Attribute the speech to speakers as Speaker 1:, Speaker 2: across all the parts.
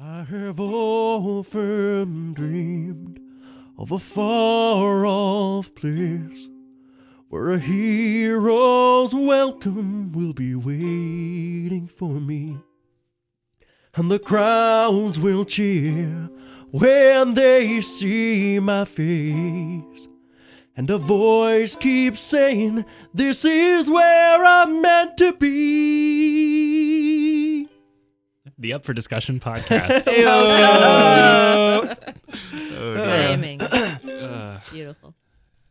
Speaker 1: have often dreamed of a far off place where a hero's welcome will be waiting for me. And the crowds will cheer when they see my face. And a voice keeps saying, This is where I'm meant to be.
Speaker 2: The Up for Discussion podcast.
Speaker 3: Timing. Beautiful.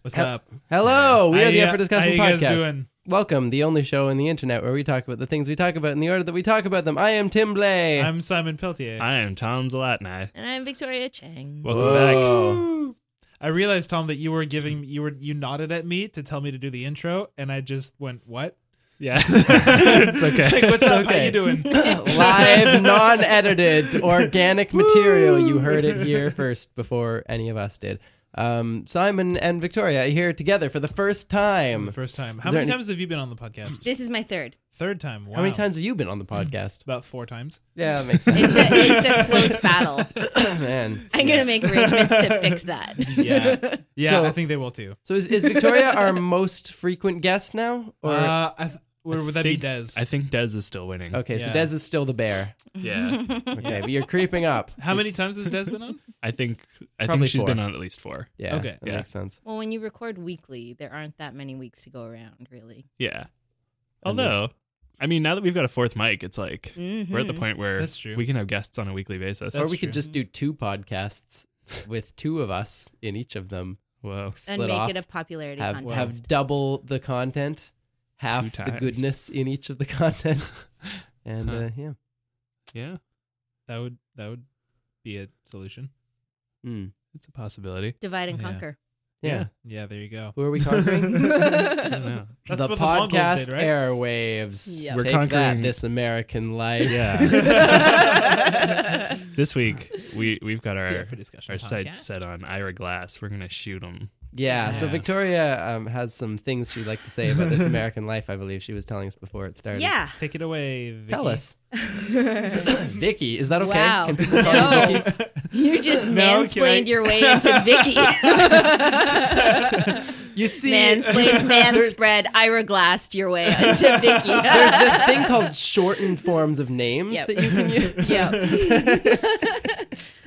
Speaker 2: What's up?
Speaker 4: Hello, we
Speaker 5: How
Speaker 4: are the
Speaker 5: ya-
Speaker 4: Effort Discussion
Speaker 5: how you guys
Speaker 4: Podcast.
Speaker 5: doing?
Speaker 4: Welcome, the only show on the internet where we talk about the things we talk about in the order that we talk about them. I am Tim Blay.
Speaker 5: I'm Simon Peltier.
Speaker 2: I am Tom Zalatni.
Speaker 3: And I'm Victoria Chang.
Speaker 2: Welcome
Speaker 5: I realized, Tom, that you were giving you were you nodded at me to tell me to do the intro, and I just went, "What?
Speaker 2: back. Yeah. it's
Speaker 5: Like,
Speaker 2: okay.
Speaker 5: what's up? How
Speaker 4: Okay.
Speaker 5: you doing?"
Speaker 4: Live, non-edited, organic material. You heard it here first before any of us did. Um, Simon and Victoria are here together for the first
Speaker 5: For the
Speaker 4: time.
Speaker 5: first time. How
Speaker 4: Is there
Speaker 5: many
Speaker 4: any-
Speaker 5: times have you been on the podcast?
Speaker 3: This is my third.
Speaker 5: Third time. Wow.
Speaker 4: How many times have you been on the podcast?
Speaker 5: About four times.
Speaker 4: Yeah, that makes sense.
Speaker 3: It's a, it's a close battle.
Speaker 4: Man.
Speaker 3: I'm going to make arrangements to fix that.
Speaker 5: Yeah. Yeah,
Speaker 4: So-
Speaker 5: I think they will too.
Speaker 4: So is, is Victoria our most frequent guest now? Or
Speaker 5: uh, I th- or would that
Speaker 2: think-
Speaker 5: be Dez?
Speaker 2: I think Dez is still winning.
Speaker 4: okay, so
Speaker 5: yeah.
Speaker 4: Des is still the bear.
Speaker 2: Yeah.
Speaker 4: Okay, but you're creeping up.
Speaker 5: How many times has Dez been on?
Speaker 2: I think I
Speaker 4: Probably
Speaker 2: think she's
Speaker 4: four.
Speaker 2: been on at least four.
Speaker 4: Yeah,
Speaker 5: Okay.
Speaker 4: that
Speaker 2: Yeah.
Speaker 4: makes sense.
Speaker 3: well, when you record weekly, there aren't that many weeks to go around, really.
Speaker 2: Yeah.
Speaker 4: And there's-
Speaker 2: Although, I mean, now that we've got a fourth mic, it's like we're at the
Speaker 3: Mhm.
Speaker 2: point where
Speaker 5: That's true.
Speaker 2: we can have guests on a weekly basis.
Speaker 4: Mm-hmm. or
Speaker 5: That's
Speaker 4: we
Speaker 5: true.
Speaker 4: could just do two podcasts with two of us in each of them.
Speaker 2: Whoa.
Speaker 3: And
Speaker 4: split
Speaker 3: make
Speaker 4: off,
Speaker 3: it a popularity
Speaker 4: Have
Speaker 3: contest.
Speaker 4: have double the content, half
Speaker 2: Two
Speaker 4: the
Speaker 2: times.
Speaker 4: goodness in each of the content, and
Speaker 2: Huh.
Speaker 4: uh, yeah.
Speaker 2: Yeah.
Speaker 5: That would that would be a solution.
Speaker 4: Mm.
Speaker 2: It's a possibility.
Speaker 3: Divide and
Speaker 5: Yeah.
Speaker 3: conquer.
Speaker 4: Yeah.
Speaker 5: Yeah, there you go.
Speaker 4: Who are we conquering?
Speaker 2: I don't know.
Speaker 5: That's
Speaker 4: the
Speaker 5: what the Mongols
Speaker 4: podcast
Speaker 5: did, right?
Speaker 4: airwaves.
Speaker 3: Yep.
Speaker 2: We're
Speaker 4: Take that,
Speaker 2: conquering-
Speaker 4: this American life.
Speaker 2: Yeah. this week we we've got
Speaker 5: It's the
Speaker 2: our
Speaker 5: Up for discussion.
Speaker 2: our
Speaker 5: podcast.
Speaker 2: sights set on Ira Glass. We're gonna shoot him.
Speaker 4: Yeah, so
Speaker 5: Yeah.
Speaker 4: Victoria um, has some things she'd like to say about this American life. I believe she was telling us before it started.
Speaker 3: Yeah.
Speaker 5: Take it away. Vicky.
Speaker 4: tell us, Vicky. Is that okay?
Speaker 3: Wow.
Speaker 4: Can people call you
Speaker 3: No.
Speaker 4: Vicky?
Speaker 3: You just
Speaker 5: No, can I-
Speaker 3: mansplained your way into Vicky.
Speaker 4: You see,
Speaker 3: mansplained, man
Speaker 4: there's,
Speaker 3: spread, Ira glassed your way into Vicky.
Speaker 4: there's this thing called shortened forms of names
Speaker 3: Yep.
Speaker 4: that you can use.
Speaker 3: yeah.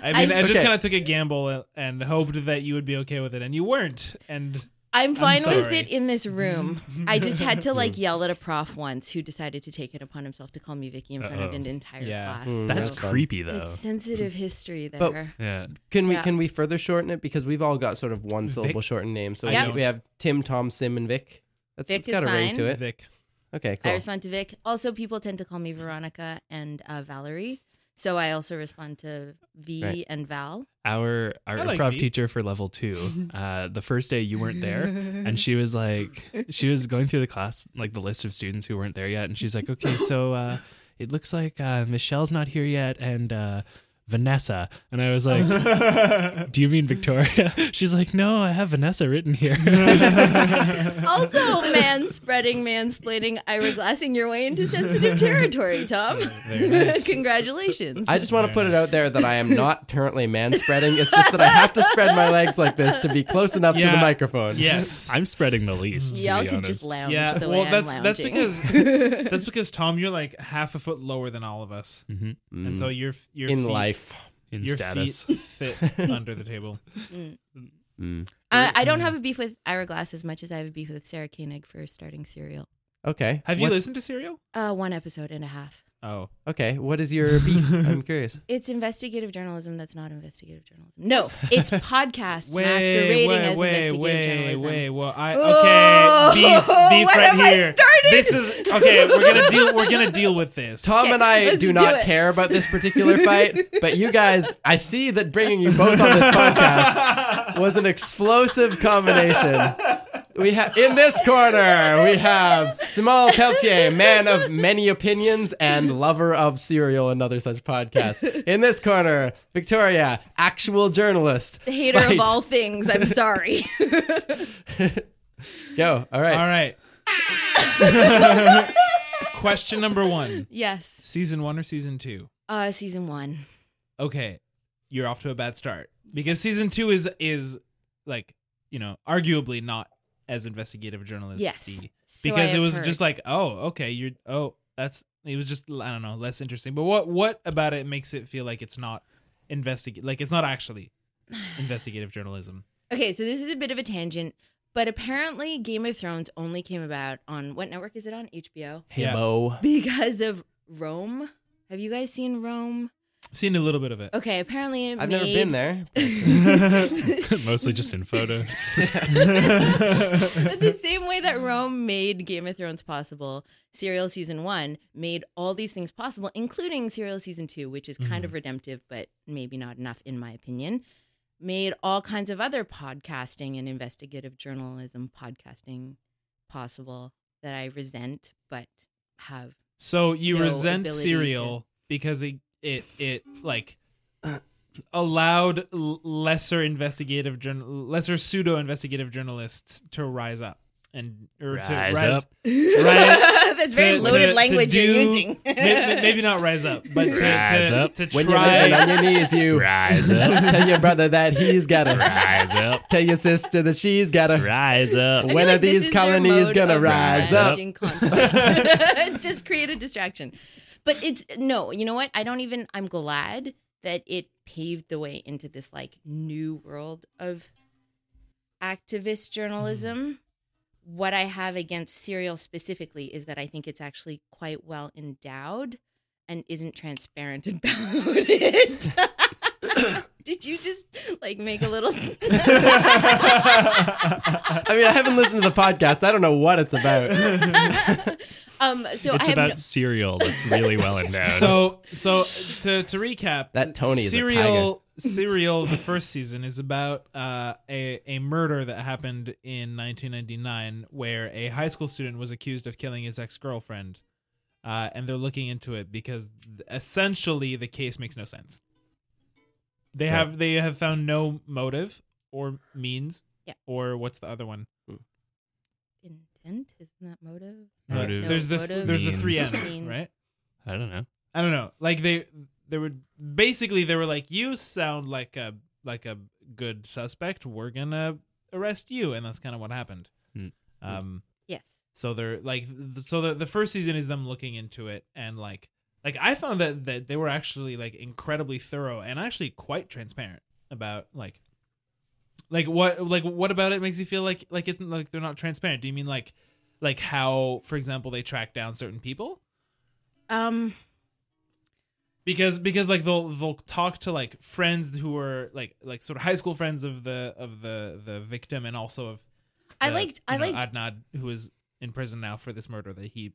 Speaker 5: I mean, I,
Speaker 3: I-
Speaker 5: just
Speaker 4: Okay.
Speaker 5: kind of took a gamble and- and hoped that you would be okay with it, and you weren't. And
Speaker 3: I'm fine with
Speaker 5: sorry.
Speaker 3: it in this room. I just had to like yell at a prof once who decided to take it upon himself to call me Vicky in front of
Speaker 2: Uh-oh.
Speaker 3: an entire
Speaker 5: Yeah.
Speaker 3: class.
Speaker 4: Mm,
Speaker 2: That's
Speaker 4: That's
Speaker 3: so
Speaker 4: fun.
Speaker 2: creepy though.
Speaker 3: it's sensitive history there.
Speaker 4: But-
Speaker 2: yeah.
Speaker 4: Can we
Speaker 3: Yeah.
Speaker 4: can we further shorten it because we've all got sort of one syllable
Speaker 5: Vic?
Speaker 4: shortened names. So
Speaker 5: I
Speaker 4: we-
Speaker 3: don't.
Speaker 4: we have Tim, Tom, Sim, and Vic. That's
Speaker 3: Vic
Speaker 4: it's got a
Speaker 3: is
Speaker 4: ring
Speaker 3: fine.
Speaker 4: to it.
Speaker 5: Vic,
Speaker 4: Okay,
Speaker 3: I
Speaker 4: cool.
Speaker 3: respond to Vic. Also, people tend to call me Veronica and uh, Valerie. So I also respond to V
Speaker 4: Right.
Speaker 3: and Val.
Speaker 2: Our our
Speaker 5: I like
Speaker 2: improv
Speaker 5: Veep.
Speaker 2: teacher for level two, uh, the first day you weren't there, and she was like, she was going through the class like the list of students who weren't there yet, and she's like, okay, so uh, it looks like uh, Michelle's not here yet, and uh, Vanessa, and I was like, do you mean Victoria? She's like, no, I have Vanessa written here.
Speaker 3: Also, man spreading, mansplaining, Ira glassing your way into sensitive territory, Tom.
Speaker 5: Very nice.
Speaker 3: Congratulations.
Speaker 4: I just want to put it out there that I am not currently manspreading. It's just that I have to spread my legs like this to be close enough to
Speaker 5: Yeah.
Speaker 4: the microphone.
Speaker 5: yes.
Speaker 2: I'm spreading the least. to
Speaker 3: Y'all
Speaker 2: be
Speaker 3: could
Speaker 2: honest.
Speaker 3: just lounge
Speaker 5: yeah,
Speaker 3: the way
Speaker 5: well,
Speaker 3: I'm
Speaker 5: that's
Speaker 3: lounging.
Speaker 5: that's because that's because Tom, you're like half a foot lower than all of us,
Speaker 2: Mhm.
Speaker 5: and so your f- your
Speaker 4: Mm-hmm. in
Speaker 5: feet,
Speaker 4: life.
Speaker 2: in
Speaker 5: your
Speaker 2: status.
Speaker 5: feet fit under the table.
Speaker 3: I, I don't have a beef with Ira Glass as much as I have a beef with Sarah Koenig for starting Serial.
Speaker 4: Okay.
Speaker 5: Have you
Speaker 4: What's-
Speaker 5: listened to Serial?
Speaker 3: Uh, one episode and a half.
Speaker 5: Oh,
Speaker 4: Okay. What is your beef? I'm curious.
Speaker 3: It's investigative journalism that's not investigative journalism. No, it's podcast
Speaker 5: way,
Speaker 3: masquerading
Speaker 5: way,
Speaker 3: as
Speaker 5: way,
Speaker 3: investigative
Speaker 5: way,
Speaker 3: journalism.
Speaker 5: way. Well, I
Speaker 3: Oh,
Speaker 5: okay. Beef, beef
Speaker 3: when
Speaker 5: right
Speaker 3: have I
Speaker 5: here.
Speaker 3: started?
Speaker 5: This is okay. We're gonna deal. We're gonna deal with this.
Speaker 4: Tom and I
Speaker 3: let's
Speaker 4: do
Speaker 3: do
Speaker 4: not
Speaker 3: it.
Speaker 4: care about this particular fight, but you guys, I see that bringing you both on this podcast was an explosive combination. We have in this corner we have Simal Peltier, man of many opinions and lover of serial and other such podcasts. In this corner, Victoria, actual journalist,
Speaker 3: The hater
Speaker 4: Fight.
Speaker 3: of all things. I'm sorry.
Speaker 4: Go, all right.
Speaker 5: All right. Question number one:
Speaker 3: yes.
Speaker 5: Season one or season two?
Speaker 3: Uh, season one.
Speaker 5: okay, you're off to a bad start because season two is is like you know arguably not as investigative journalist.
Speaker 3: Yes. So I
Speaker 5: because it
Speaker 3: have
Speaker 5: was
Speaker 3: heard.
Speaker 5: just like oh okay you're oh that's it was just I don't know less interesting. But what what about it makes it feel like it's not investigate like it's not actually investigative journalism.
Speaker 3: Okay, so this is a bit of a tangent, but apparently Game of Thrones only came about on what network is it on? HBO.
Speaker 5: Yeah.
Speaker 4: Halo.
Speaker 3: Because of Rome. Have you guys seen Rome?
Speaker 5: I've seen a little bit of it.
Speaker 3: Okay, apparently it
Speaker 4: I've never been there.
Speaker 3: there.
Speaker 2: Mostly just in photos.
Speaker 3: but the same way that Rome made Game of Thrones possible, Serial Season 1 made all these things possible, including Serial Season 2, which is kind
Speaker 5: Mm-hmm.
Speaker 3: of redemptive, but maybe not enough, in my opinion. Made all kinds of other podcasting and investigative journalism podcasting possible that I resent, but have.
Speaker 5: So you
Speaker 3: no
Speaker 5: resent
Speaker 3: ability
Speaker 5: cereal because it it it like allowed l- lesser investigative journal lesser pseudo investigative journalists to rise up and or to
Speaker 2: Rise
Speaker 5: rise
Speaker 2: up.
Speaker 5: Right.
Speaker 3: That's very
Speaker 5: to-
Speaker 3: loaded
Speaker 5: to- to
Speaker 3: language you're
Speaker 5: do-
Speaker 3: using.
Speaker 5: may- may- maybe not rise up but to,
Speaker 2: Rise
Speaker 5: to,
Speaker 2: up.
Speaker 5: to
Speaker 4: When you're living on
Speaker 5: try
Speaker 4: your knees, you
Speaker 2: Rise up.
Speaker 4: tell your brother that he's got to
Speaker 2: Rise up.
Speaker 4: Tell your sister that she's got to
Speaker 2: Rise
Speaker 3: I
Speaker 2: up.
Speaker 3: feel
Speaker 4: When are
Speaker 3: this
Speaker 4: these
Speaker 3: is their
Speaker 4: colonies
Speaker 3: mode
Speaker 4: gonna
Speaker 3: of
Speaker 4: rise up?
Speaker 3: managing conflict. Just create a distraction. But it's no, you know what? I don't even I'm glad that it paved the way into this like new world of activist journalism.
Speaker 4: Mm-hmm.
Speaker 3: What I have against serial specifically is that I think it's actually quite well endowed and isn't transparent about it. Did you just like make a little
Speaker 4: I mean, I haven't listened to the podcast. I don't know what it's about.
Speaker 3: um so I
Speaker 2: It's
Speaker 3: have
Speaker 2: about
Speaker 3: no-
Speaker 2: cereal that's really well endowed.
Speaker 5: so so to to recap
Speaker 4: That Tony is a tiger.
Speaker 5: serial serial the first season is about uh, a a murder that happened in 1999 where a high school student was accused of killing his ex-girlfriend uh, and they're looking into it because th- essentially the case makes no sense they have they have found no motive or means
Speaker 3: Yeah.
Speaker 5: or what's the other one
Speaker 3: intent isn't that motive
Speaker 2: Motive.
Speaker 3: No,
Speaker 5: there's the th-
Speaker 3: motive.
Speaker 5: there's the three
Speaker 2: Means.
Speaker 5: M's right
Speaker 2: I don't know.
Speaker 5: I don't know. Like they they were basically they were like, You sound like a like a good suspect, we're gonna arrest you and that's kinda what happened.
Speaker 2: Hmm.
Speaker 5: Um
Speaker 3: yes
Speaker 5: so they're like th- so the the first season is them looking into it and like like I found that that they were actually like incredibly thorough and actually quite transparent about like like what like what about it makes you feel like like it's like they're not transparent. Do you mean like like how for example they track down certain people?
Speaker 3: um
Speaker 5: because because like they'll they'll talk to like friends who are like like sort of high school friends of the of the the victim and also of
Speaker 3: i
Speaker 5: the,
Speaker 3: liked
Speaker 5: you
Speaker 3: i
Speaker 5: know,
Speaker 3: liked
Speaker 5: Adnad who is in prison now for this murder that he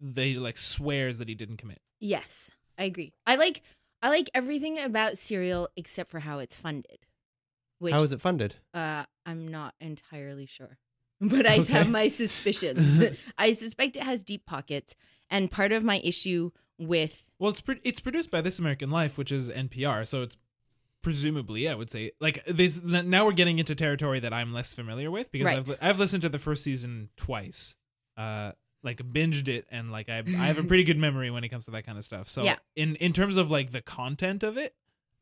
Speaker 5: they like swears that he didn't commit.
Speaker 3: yes i agree i like i like everything about serial except for how it's funded which
Speaker 4: How is it funded?
Speaker 3: uh i'm not entirely sure but i
Speaker 4: Okay.
Speaker 3: have my suspicions i suspect it has deep pockets and part of my issue with
Speaker 5: Well, it's pro- it's produced by This American Life, which is NPR, so it's presumably I would say like this. Now we're getting into territory that I'm less familiar with because
Speaker 3: Right.
Speaker 5: I've li- I've listened to the first season twice, uh, like binged it, and like I I have a pretty good memory when it comes to that kind of stuff. So
Speaker 3: Yeah.
Speaker 5: in in terms of like the content of it,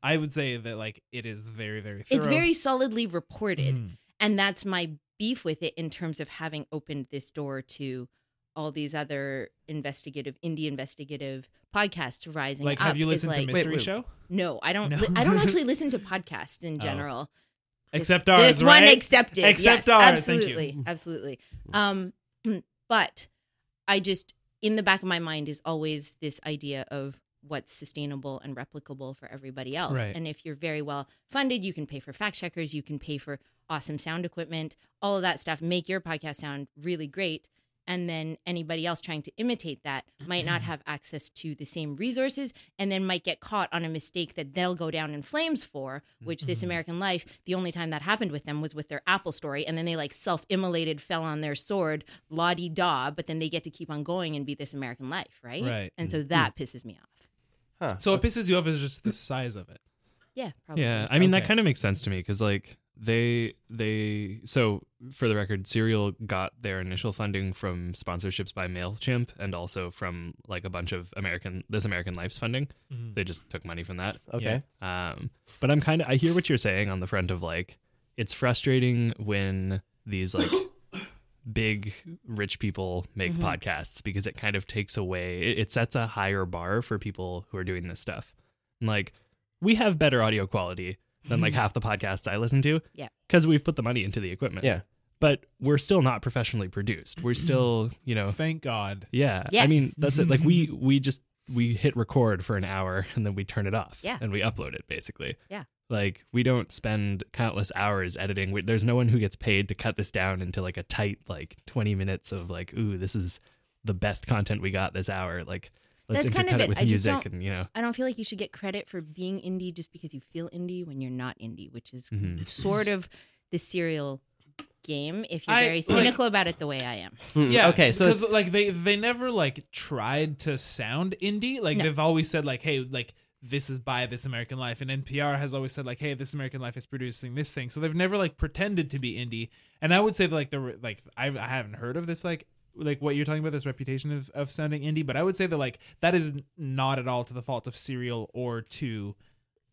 Speaker 5: I would say that like it is very very thorough.
Speaker 3: it's very solidly reported
Speaker 5: Mhm.
Speaker 3: and that's my beef with it in terms of having opened this door to all these other investigative indie investigative podcasts rising
Speaker 5: like
Speaker 3: up
Speaker 5: have you
Speaker 3: is
Speaker 5: listened
Speaker 3: like,
Speaker 5: to Mystery
Speaker 4: wait.
Speaker 5: Show
Speaker 3: no i don't
Speaker 5: No.
Speaker 3: li- i don't actually listen to podcasts in
Speaker 5: Oh.
Speaker 3: general This-
Speaker 5: except ours
Speaker 3: This
Speaker 5: right
Speaker 3: one accepted.
Speaker 5: Except
Speaker 3: yes,
Speaker 5: ours, thank you.
Speaker 3: Absolutely. Absolutely. Um, but I just in the back of my mind is always this idea of what's sustainable and replicable for everybody else.
Speaker 5: Right.
Speaker 3: And if you're very well funded, you can pay for fact checkers, you can pay for awesome sound equipment, all of that stuff. Make your podcast sound really great. And then anybody else trying to imitate that might not have access to the same resources and then might get caught on a mistake that they'll go down in flames for, which this American Life, the only time that happened with them was with their Apple story. And then they like self immolated, fell on their sword, la di da, but then they get to keep on going and be this American Life, right?
Speaker 5: Right.
Speaker 3: And so that pisses me off.
Speaker 5: So what pisses you off is just the size of it.
Speaker 3: Yeah, probably.
Speaker 2: Yeah, I mean
Speaker 3: Oh,
Speaker 5: Okay.
Speaker 2: that kind of makes sense to me because like they they so for the record, Serial got their initial funding from sponsorships by Mailchimp and also from like a bunch of American This American Life's funding.
Speaker 3: Mm-hmm.
Speaker 5: Mhm.
Speaker 2: They just took money from that.
Speaker 4: Okay.
Speaker 2: Um, but I'm kind of I hear what you're saying on the front of like it's frustrating when these like big rich people make podcasts because it kind of takes away it, it sets a higher bar for people who are doing this stuff. And like we have better audio quality than like half the podcasts I listen to.
Speaker 3: Yeah.
Speaker 2: Cuz we've put the money into the equipment.
Speaker 4: Yeah.
Speaker 2: But we're still not professionally produced. We're still, you know,
Speaker 5: Thank God.
Speaker 2: yeah. I
Speaker 3: Yes.
Speaker 2: mean, that's it. Like we we just we hit record for an hour and then we turn it off.
Speaker 3: Yeah.
Speaker 2: And we upload it basically.
Speaker 3: Yeah.
Speaker 2: Like we don't spend countless hours editing. We, there's no one who gets paid to cut this down into like a tight like 20 minutes of like, ooh, this is the best content we got this hour. Like let's
Speaker 3: That's kind of
Speaker 2: intercut it
Speaker 3: it.
Speaker 2: with
Speaker 3: I just
Speaker 2: music
Speaker 3: don't-
Speaker 2: and you know.
Speaker 3: I don't feel like you should get credit for being indie just because you feel indie when you're not indie, which is
Speaker 2: Mhm.
Speaker 3: sort of the serial game if you're
Speaker 5: I-
Speaker 3: very cynical about it the way I am.
Speaker 4: Hmm,
Speaker 5: Yeah.
Speaker 4: Okay. So
Speaker 5: because
Speaker 4: it's,
Speaker 5: like they they never like tried to sound indie. Like
Speaker 3: No.
Speaker 5: they've always said like, hey, like this is by This American Life, and NPR has always said like, hey, This American Life is producing this thing. So they've never like pretended to be indie. And I would say like the like I, I haven't heard of this like like what you're talking about this reputation of, of sounding indie, but I would say that like that is not at all to the fault of Serial or to.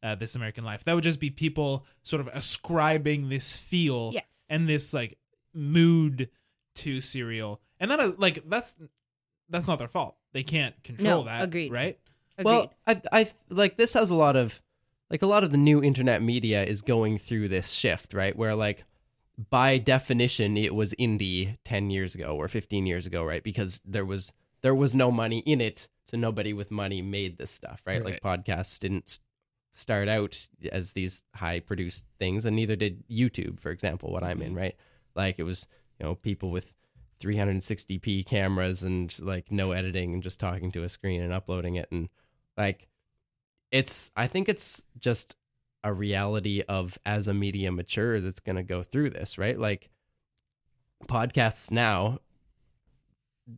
Speaker 5: Uh, this American Life. That would just be people sort of ascribing this feel
Speaker 3: Yes.
Speaker 5: and this like mood to cereal and that is like that's that's not their fault they can't control
Speaker 3: No,
Speaker 5: that
Speaker 3: agreed.
Speaker 5: right
Speaker 3: Agreed.
Speaker 4: well, I, I like this has a lot of like a lot of the new internet media is going through this shift, right? Where like by definition it was indie 10 years ago or 15 years ago, right? Because there was there was no money in it, so nobody with money made this stuff, right? Like podcasts didn't s- start out as these high produced things and neither did YouTube, for example, what I'm in, right? Like it was, you know, people with 360p cameras and like no editing and just talking to a screen and uploading it and like it's i think it's just a reality of as a media matures it's going to go through this right like podcasts now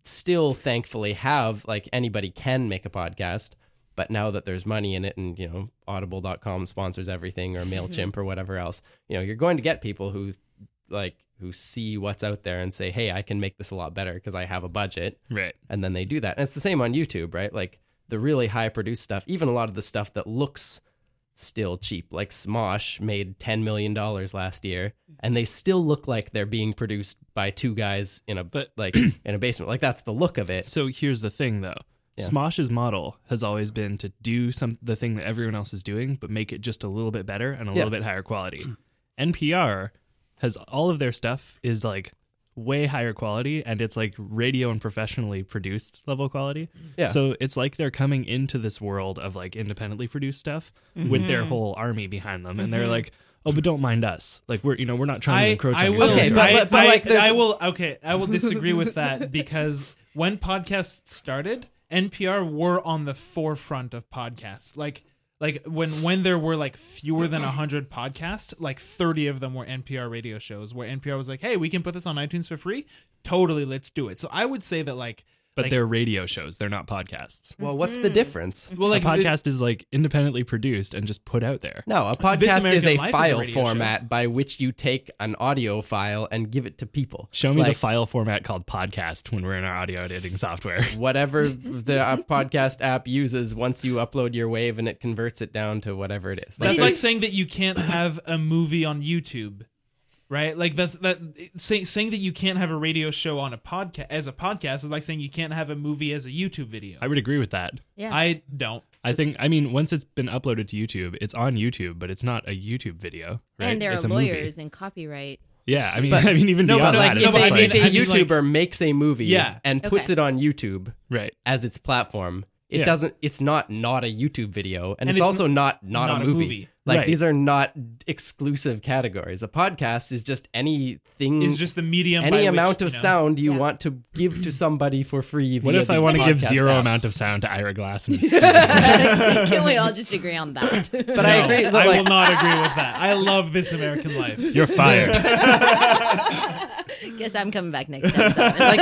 Speaker 4: still thankfully have like anybody can make a podcast but now that there's money in it and you know audible.com sponsors everything or mailchimp or whatever else you know you're going to get people who like who see what's out there and say hey i can make this a lot better because i have a budget
Speaker 2: Right.
Speaker 4: and then they do that. And it's the same on YouTube, right? Like the really high produced stuff, even a lot of the stuff that looks still cheap, like Smosh made $10 million last year, and they still look like they're being produced by two guys in a
Speaker 2: But-
Speaker 4: like in a basement. Like that's the look of it.
Speaker 2: So here's the thing though.
Speaker 4: Yeah.
Speaker 2: Smosh's model has always been to do some the thing that everyone else is doing, but make it just a little bit better and a little bit higher quality. NPR has all of their stuff is like way higher quality and it's like radio and professionally produced level quality.
Speaker 4: Yeah.
Speaker 2: So it's like they're coming into this world of like independently produced stuff with their
Speaker 5: Mm-hmm.
Speaker 2: whole army behind them and they're like, "Oh, but don't mind us. Like we're, you know, we're not trying to
Speaker 5: i,
Speaker 2: encroach
Speaker 5: I
Speaker 2: on your
Speaker 5: will
Speaker 4: Okay,
Speaker 2: territory."
Speaker 4: but-
Speaker 5: I,
Speaker 4: but- but,
Speaker 5: I-
Speaker 4: like, there's-
Speaker 5: I will okay i will disagree with that because when podcasts started npr were on the forefront of podcasts like like when when there were like fewer than 100 podcasts like 30 of them were npr radio shows where npr was like hey we can put this on itunes for free totally let's do it so i would say that like
Speaker 2: But
Speaker 5: like,
Speaker 2: they're radio shows, they're not podcasts.
Speaker 4: Well, what's the difference?
Speaker 5: well like
Speaker 2: a podcast is like independently produced and just put out there.
Speaker 4: No, a
Speaker 5: This
Speaker 4: podcast is
Speaker 5: American
Speaker 4: a
Speaker 5: Life is a
Speaker 4: file
Speaker 5: radio show.
Speaker 4: format by which you take an audio file and give it to people.
Speaker 2: Show me
Speaker 4: Like,
Speaker 2: the file format called podcast when we're in our audio editing software.
Speaker 4: Whatever the uh, podcast app uses, once you upload your wave and it converts it down to whatever it is. Like,
Speaker 5: That's
Speaker 3: it
Speaker 5: like
Speaker 3: is-
Speaker 5: saying that you can't have a movie on YouTube, right? Like that's that saying saying that you can't have a radio show on a podcast as a podcast is like saying you can't have a movie as a YouTube video.
Speaker 2: I would agree with that.
Speaker 3: yeah.
Speaker 5: I don't.
Speaker 2: I think I mean once it's been uploaded to YouTube, it's on YouTube, but it's not a YouTube video, right?
Speaker 3: and there
Speaker 2: it's
Speaker 3: are
Speaker 2: a movie.
Speaker 3: lawyers and copyright.
Speaker 2: Yeah, I mean,
Speaker 4: But-
Speaker 2: I mean, even
Speaker 5: No, but
Speaker 2: beyond that,
Speaker 5: no, no,
Speaker 2: it's
Speaker 5: but
Speaker 2: just
Speaker 4: if,
Speaker 5: I
Speaker 2: like,
Speaker 5: mean-
Speaker 4: if a
Speaker 5: I mean, like-
Speaker 4: YouTuber makes a movie
Speaker 5: Yeah.
Speaker 4: and puts
Speaker 3: Okay.
Speaker 4: it on YouTube
Speaker 2: right.
Speaker 4: as its platform, it
Speaker 2: Yeah.
Speaker 4: doesn't. It's not not a YouTube video, and,
Speaker 5: And
Speaker 4: it's,
Speaker 5: it's
Speaker 4: also not not,
Speaker 5: not
Speaker 4: a
Speaker 5: a
Speaker 4: movie.
Speaker 5: movie.
Speaker 4: Like
Speaker 2: Right.
Speaker 4: these are not exclusive categories. A podcast is just anything.
Speaker 5: It's just the medium. by
Speaker 4: any
Speaker 5: which,
Speaker 4: amount of
Speaker 5: you know-
Speaker 4: sound you
Speaker 3: Yeah.
Speaker 4: want to give to somebody for free.
Speaker 2: What
Speaker 4: via
Speaker 2: if I
Speaker 4: the
Speaker 2: want to give
Speaker 4: podcast
Speaker 2: zero
Speaker 4: app?
Speaker 2: amount of sound to Ira Glass? And Steve?
Speaker 3: Can we all just agree on that?
Speaker 4: But I agree.
Speaker 5: I
Speaker 4: that, like,
Speaker 5: will not agree with that. I love this American life.
Speaker 2: You're fired.
Speaker 3: Guess I'm coming back next time. Simon. Like,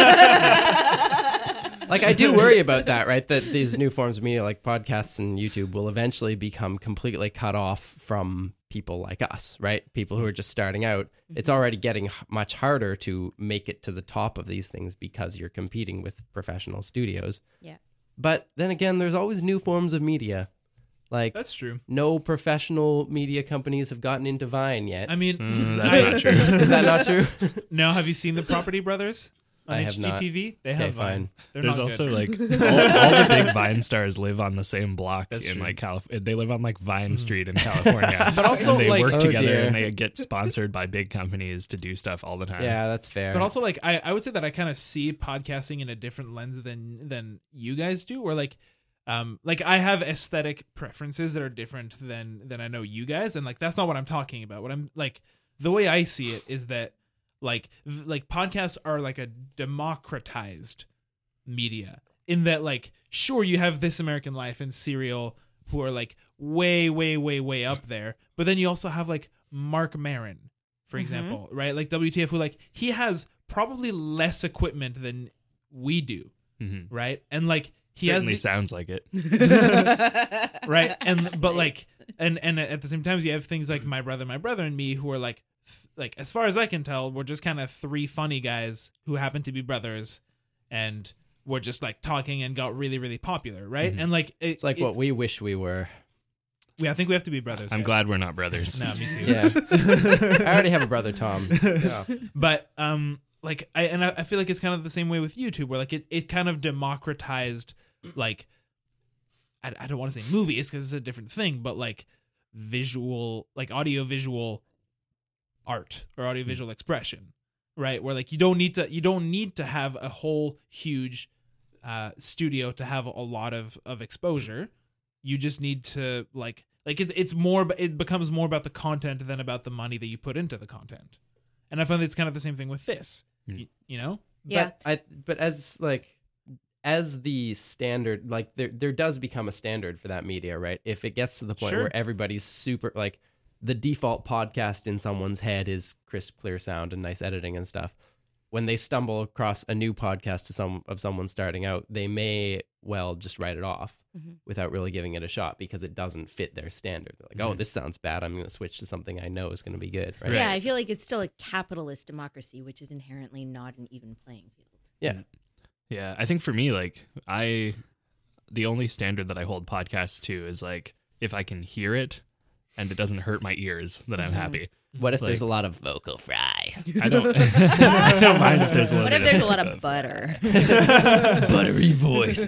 Speaker 4: like I do worry about that, right? That these new forms of media, like podcasts and YouTube, will eventually become completely cut off from people like us, right? People who are just starting out. It's already getting h- much harder to make it to the top of these things because you're competing with professional studios.
Speaker 3: Yeah.
Speaker 4: But then again, there's always new forms of media. Like
Speaker 5: That's true.
Speaker 4: no professional media companies have gotten into Vine yet.
Speaker 5: I mean,
Speaker 2: Mm,
Speaker 5: I-
Speaker 2: that's not true.
Speaker 4: Is that not true?
Speaker 5: Now, have you seen the Property Brothers on
Speaker 4: I have not.
Speaker 5: HGTV? They
Speaker 4: Okay,
Speaker 5: have Vine.
Speaker 4: fine.
Speaker 5: They're
Speaker 2: There's
Speaker 5: not
Speaker 2: also
Speaker 5: good.
Speaker 2: like all, all the big Vine stars live on the same block
Speaker 5: That's
Speaker 2: in
Speaker 5: true.
Speaker 2: like California. They live on like Vine Street in California.
Speaker 4: But also,
Speaker 2: and they
Speaker 4: like-
Speaker 2: work
Speaker 4: Hmm. Oh,
Speaker 2: together
Speaker 4: dear.
Speaker 2: and they get sponsored by big companies to do stuff all the time.
Speaker 4: yeah, that's fair.
Speaker 5: But also, like, I, I would say that I kind of see podcasting in a different lens than than you guys do, or like, um, like I have aesthetic preferences that are different than than I know you guys, and like that's not what I'm talking about. What I'm like, the way I see it is that like th- like podcasts are like a democratized media in that like sure you have this american life and serial who are like way way way way up there but then you also have like mark marin for
Speaker 3: Mhm.
Speaker 5: example right like wtf who like he has probably less equipment than we do
Speaker 2: hmm
Speaker 5: right and like he has
Speaker 2: Certainly
Speaker 5: the-
Speaker 2: sounds like it.
Speaker 5: right and but like and and at the same time you have things like my brother my brother and me who are like th- like as far as i can tell we're just kind of three funny guys who happen to be brothers and we're just like talking and got really really popular right
Speaker 2: Mhm.
Speaker 5: and like it-
Speaker 4: Mm-hmm. it's like what we wish we were.
Speaker 5: we i think we have to be brothers
Speaker 2: I'm
Speaker 5: guys.
Speaker 2: glad we're not brothers.
Speaker 5: no me too
Speaker 4: Yeah. I already have a brother, Tom. Yeah.
Speaker 5: but um like i and I, I feel like it's kind of the same way with youtube where like it, it kind of democratized like i, I don't want to say movies because it's a different thing but like visual like audio visual art or audio visual expression right where like you don't need to you don't need to have a whole huge uh studio to have a lot of of exposure you just need to like like it's it's more but it becomes more about the content than about the money that you put into the content and i find it's kind of the same thing with this
Speaker 2: Mm.
Speaker 5: you, you know
Speaker 3: Yeah.
Speaker 4: But I but as like as the standard like there there does become a standard for that media, right? If it gets to the point
Speaker 5: Sure.
Speaker 4: where everybody's super like the default podcast in someone's head is crisp clear sound and nice editing and stuff. When they stumble across a new podcast to some of someone starting out, they may well just write it off
Speaker 3: Mhm.
Speaker 4: without really giving it a shot because it doesn't fit their standard. They're like, "Oh, this sounds bad. I'm going to switch to something I know is going to be good." Right?
Speaker 3: Yeah, I feel like it's still a capitalist democracy, which is inherently not an even playing field.
Speaker 4: Yeah.
Speaker 2: Yeah, I think for me, like I, the only standard that I hold podcasts to is like if I can hear it and it doesn't hurt my ears, then I'm
Speaker 5: Mm-hmm.
Speaker 2: happy.
Speaker 4: What if there's
Speaker 2: Like-
Speaker 4: a lot of vocal fry?
Speaker 2: I don't, I don't mind if there's a little.
Speaker 3: What if
Speaker 2: bit
Speaker 3: there's a lot of butter?
Speaker 2: buttery voice?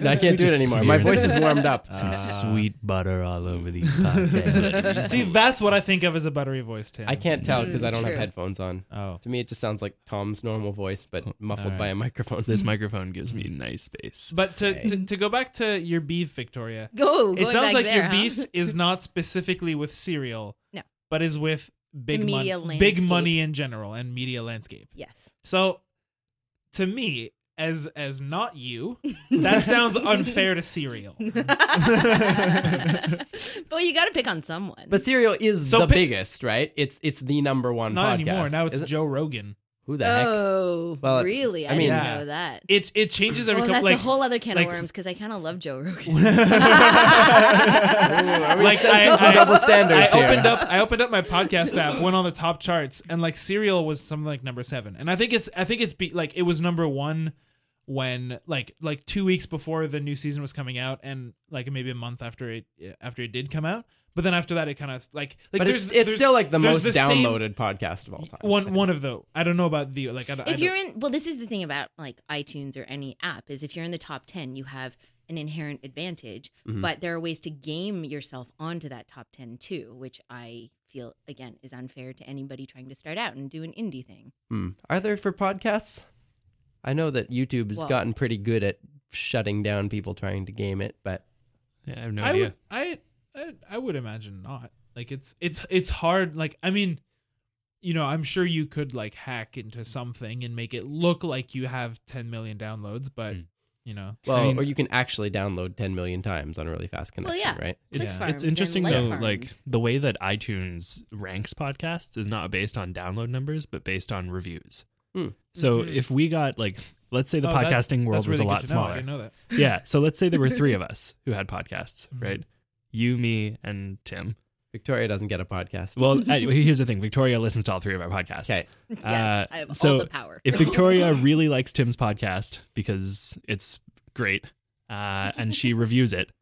Speaker 4: I can't do it Uh, anymore. My voice is warmed up.
Speaker 2: Some sweet butter all over these podcasts.
Speaker 5: see that's what i think of as a buttery voice tim
Speaker 4: I can't tell because I don't
Speaker 3: True.
Speaker 4: have headphones on.
Speaker 5: oh
Speaker 4: To me, it just sounds like Tom's normal voice, but muffled
Speaker 5: Alright.
Speaker 4: by a microphone.
Speaker 2: this microphone gives me nice space.
Speaker 5: but to, to to go back to your beef victoria
Speaker 3: Go.
Speaker 5: it
Speaker 3: going
Speaker 5: sounds
Speaker 3: back
Speaker 5: like
Speaker 3: there,
Speaker 5: your
Speaker 3: huh?
Speaker 5: beef is not specifically with cereal
Speaker 3: No.
Speaker 5: but is with big
Speaker 3: The media
Speaker 5: money big
Speaker 3: landscape.
Speaker 5: money in general and media landscape
Speaker 3: Yes.
Speaker 5: So, to me, as as not you, that sounds unfair to cereal.
Speaker 3: but you got to pick on someone.
Speaker 4: But Serial is
Speaker 5: So
Speaker 4: the
Speaker 5: pi-
Speaker 4: biggest, right? It's it's the number one
Speaker 5: Not
Speaker 4: podcast.
Speaker 5: anymore. Now it's
Speaker 4: Is it?
Speaker 5: Joe Rogan.
Speaker 4: who the heck?
Speaker 3: oh,
Speaker 4: Well, it-
Speaker 3: really? I,
Speaker 4: I mean-
Speaker 3: didn't
Speaker 5: Yeah.
Speaker 3: know that.
Speaker 5: It it changes every
Speaker 3: Well, that's
Speaker 5: couple like
Speaker 3: a whole other can
Speaker 5: like-
Speaker 3: of worms because I kind of love Joe Rogan.
Speaker 5: like I,
Speaker 4: Some
Speaker 5: I-
Speaker 4: double standards
Speaker 5: I
Speaker 4: here.
Speaker 5: opened up I opened up my podcast app, went on the top charts, and like cereal was something like number seven. And I think it's I think it's be, like it was number one when like like two weeks before the new season was coming out, and like maybe a month after it after it did come out. But then after that, it kind of like like
Speaker 4: but
Speaker 5: there's
Speaker 4: it's, it's
Speaker 5: there's-
Speaker 4: still like the
Speaker 5: there's
Speaker 4: most
Speaker 5: same-
Speaker 4: downloaded podcast of all time.
Speaker 5: one one of the I don't know about the like I, don't- I
Speaker 3: if
Speaker 5: don't-
Speaker 3: you're in, well, this is the thing about like iTunes or any app is if you're in the top ten, you have an inherent advantage.
Speaker 4: Mm-hmm.
Speaker 3: But there are ways to game yourself onto that top ten too, which I feel again is unfair to anybody trying to start out and do an indie thing.
Speaker 4: Hmm. Are there for podcasts? I know that YouTube has
Speaker 3: Well-
Speaker 4: gotten pretty good at shutting down people trying to game it, but
Speaker 2: Yeah, I have no
Speaker 5: I
Speaker 2: idea.
Speaker 5: would I, I I would imagine not. Like it's it's it's hard. Like I mean, you know, I'm sure you could like hack into something and make it look like you have 10 million downloads, but
Speaker 2: Mm.
Speaker 5: you know,
Speaker 4: well,
Speaker 2: mean-
Speaker 4: or you can actually download 10 million times on a really fast
Speaker 3: Well,
Speaker 4: connection,
Speaker 3: yeah.
Speaker 4: right?
Speaker 5: It's-
Speaker 3: Click
Speaker 5: it's
Speaker 3: farms
Speaker 2: It's
Speaker 3: and
Speaker 2: interesting
Speaker 3: light
Speaker 2: though,
Speaker 3: farms.
Speaker 2: like the way that iTunes ranks podcasts is not based on download numbers, but based on reviews.
Speaker 4: Hmm.
Speaker 2: So
Speaker 3: Mhm.
Speaker 2: if we got like, let's say the
Speaker 5: Mm-hmm. Oh, that's-
Speaker 2: podcasting world
Speaker 5: that's
Speaker 2: was
Speaker 5: really
Speaker 2: a
Speaker 5: good
Speaker 2: lot
Speaker 5: to know. I
Speaker 2: smaller.
Speaker 5: didn't know Mm-hmm. that.
Speaker 2: yeah. So let's say there were three of us who had podcasts,
Speaker 5: Mhm.
Speaker 2: right? You, me, and Tim.
Speaker 4: Victoria doesn't get a podcast.
Speaker 2: Well, anyway, here's the thing: Victoria listens to all three of our podcasts.
Speaker 4: Okay.
Speaker 3: Yes,
Speaker 2: Uh,
Speaker 3: I have
Speaker 2: so
Speaker 3: all the power.
Speaker 2: if Victoria really likes Tim's podcast because it's great uh, and she reviews it,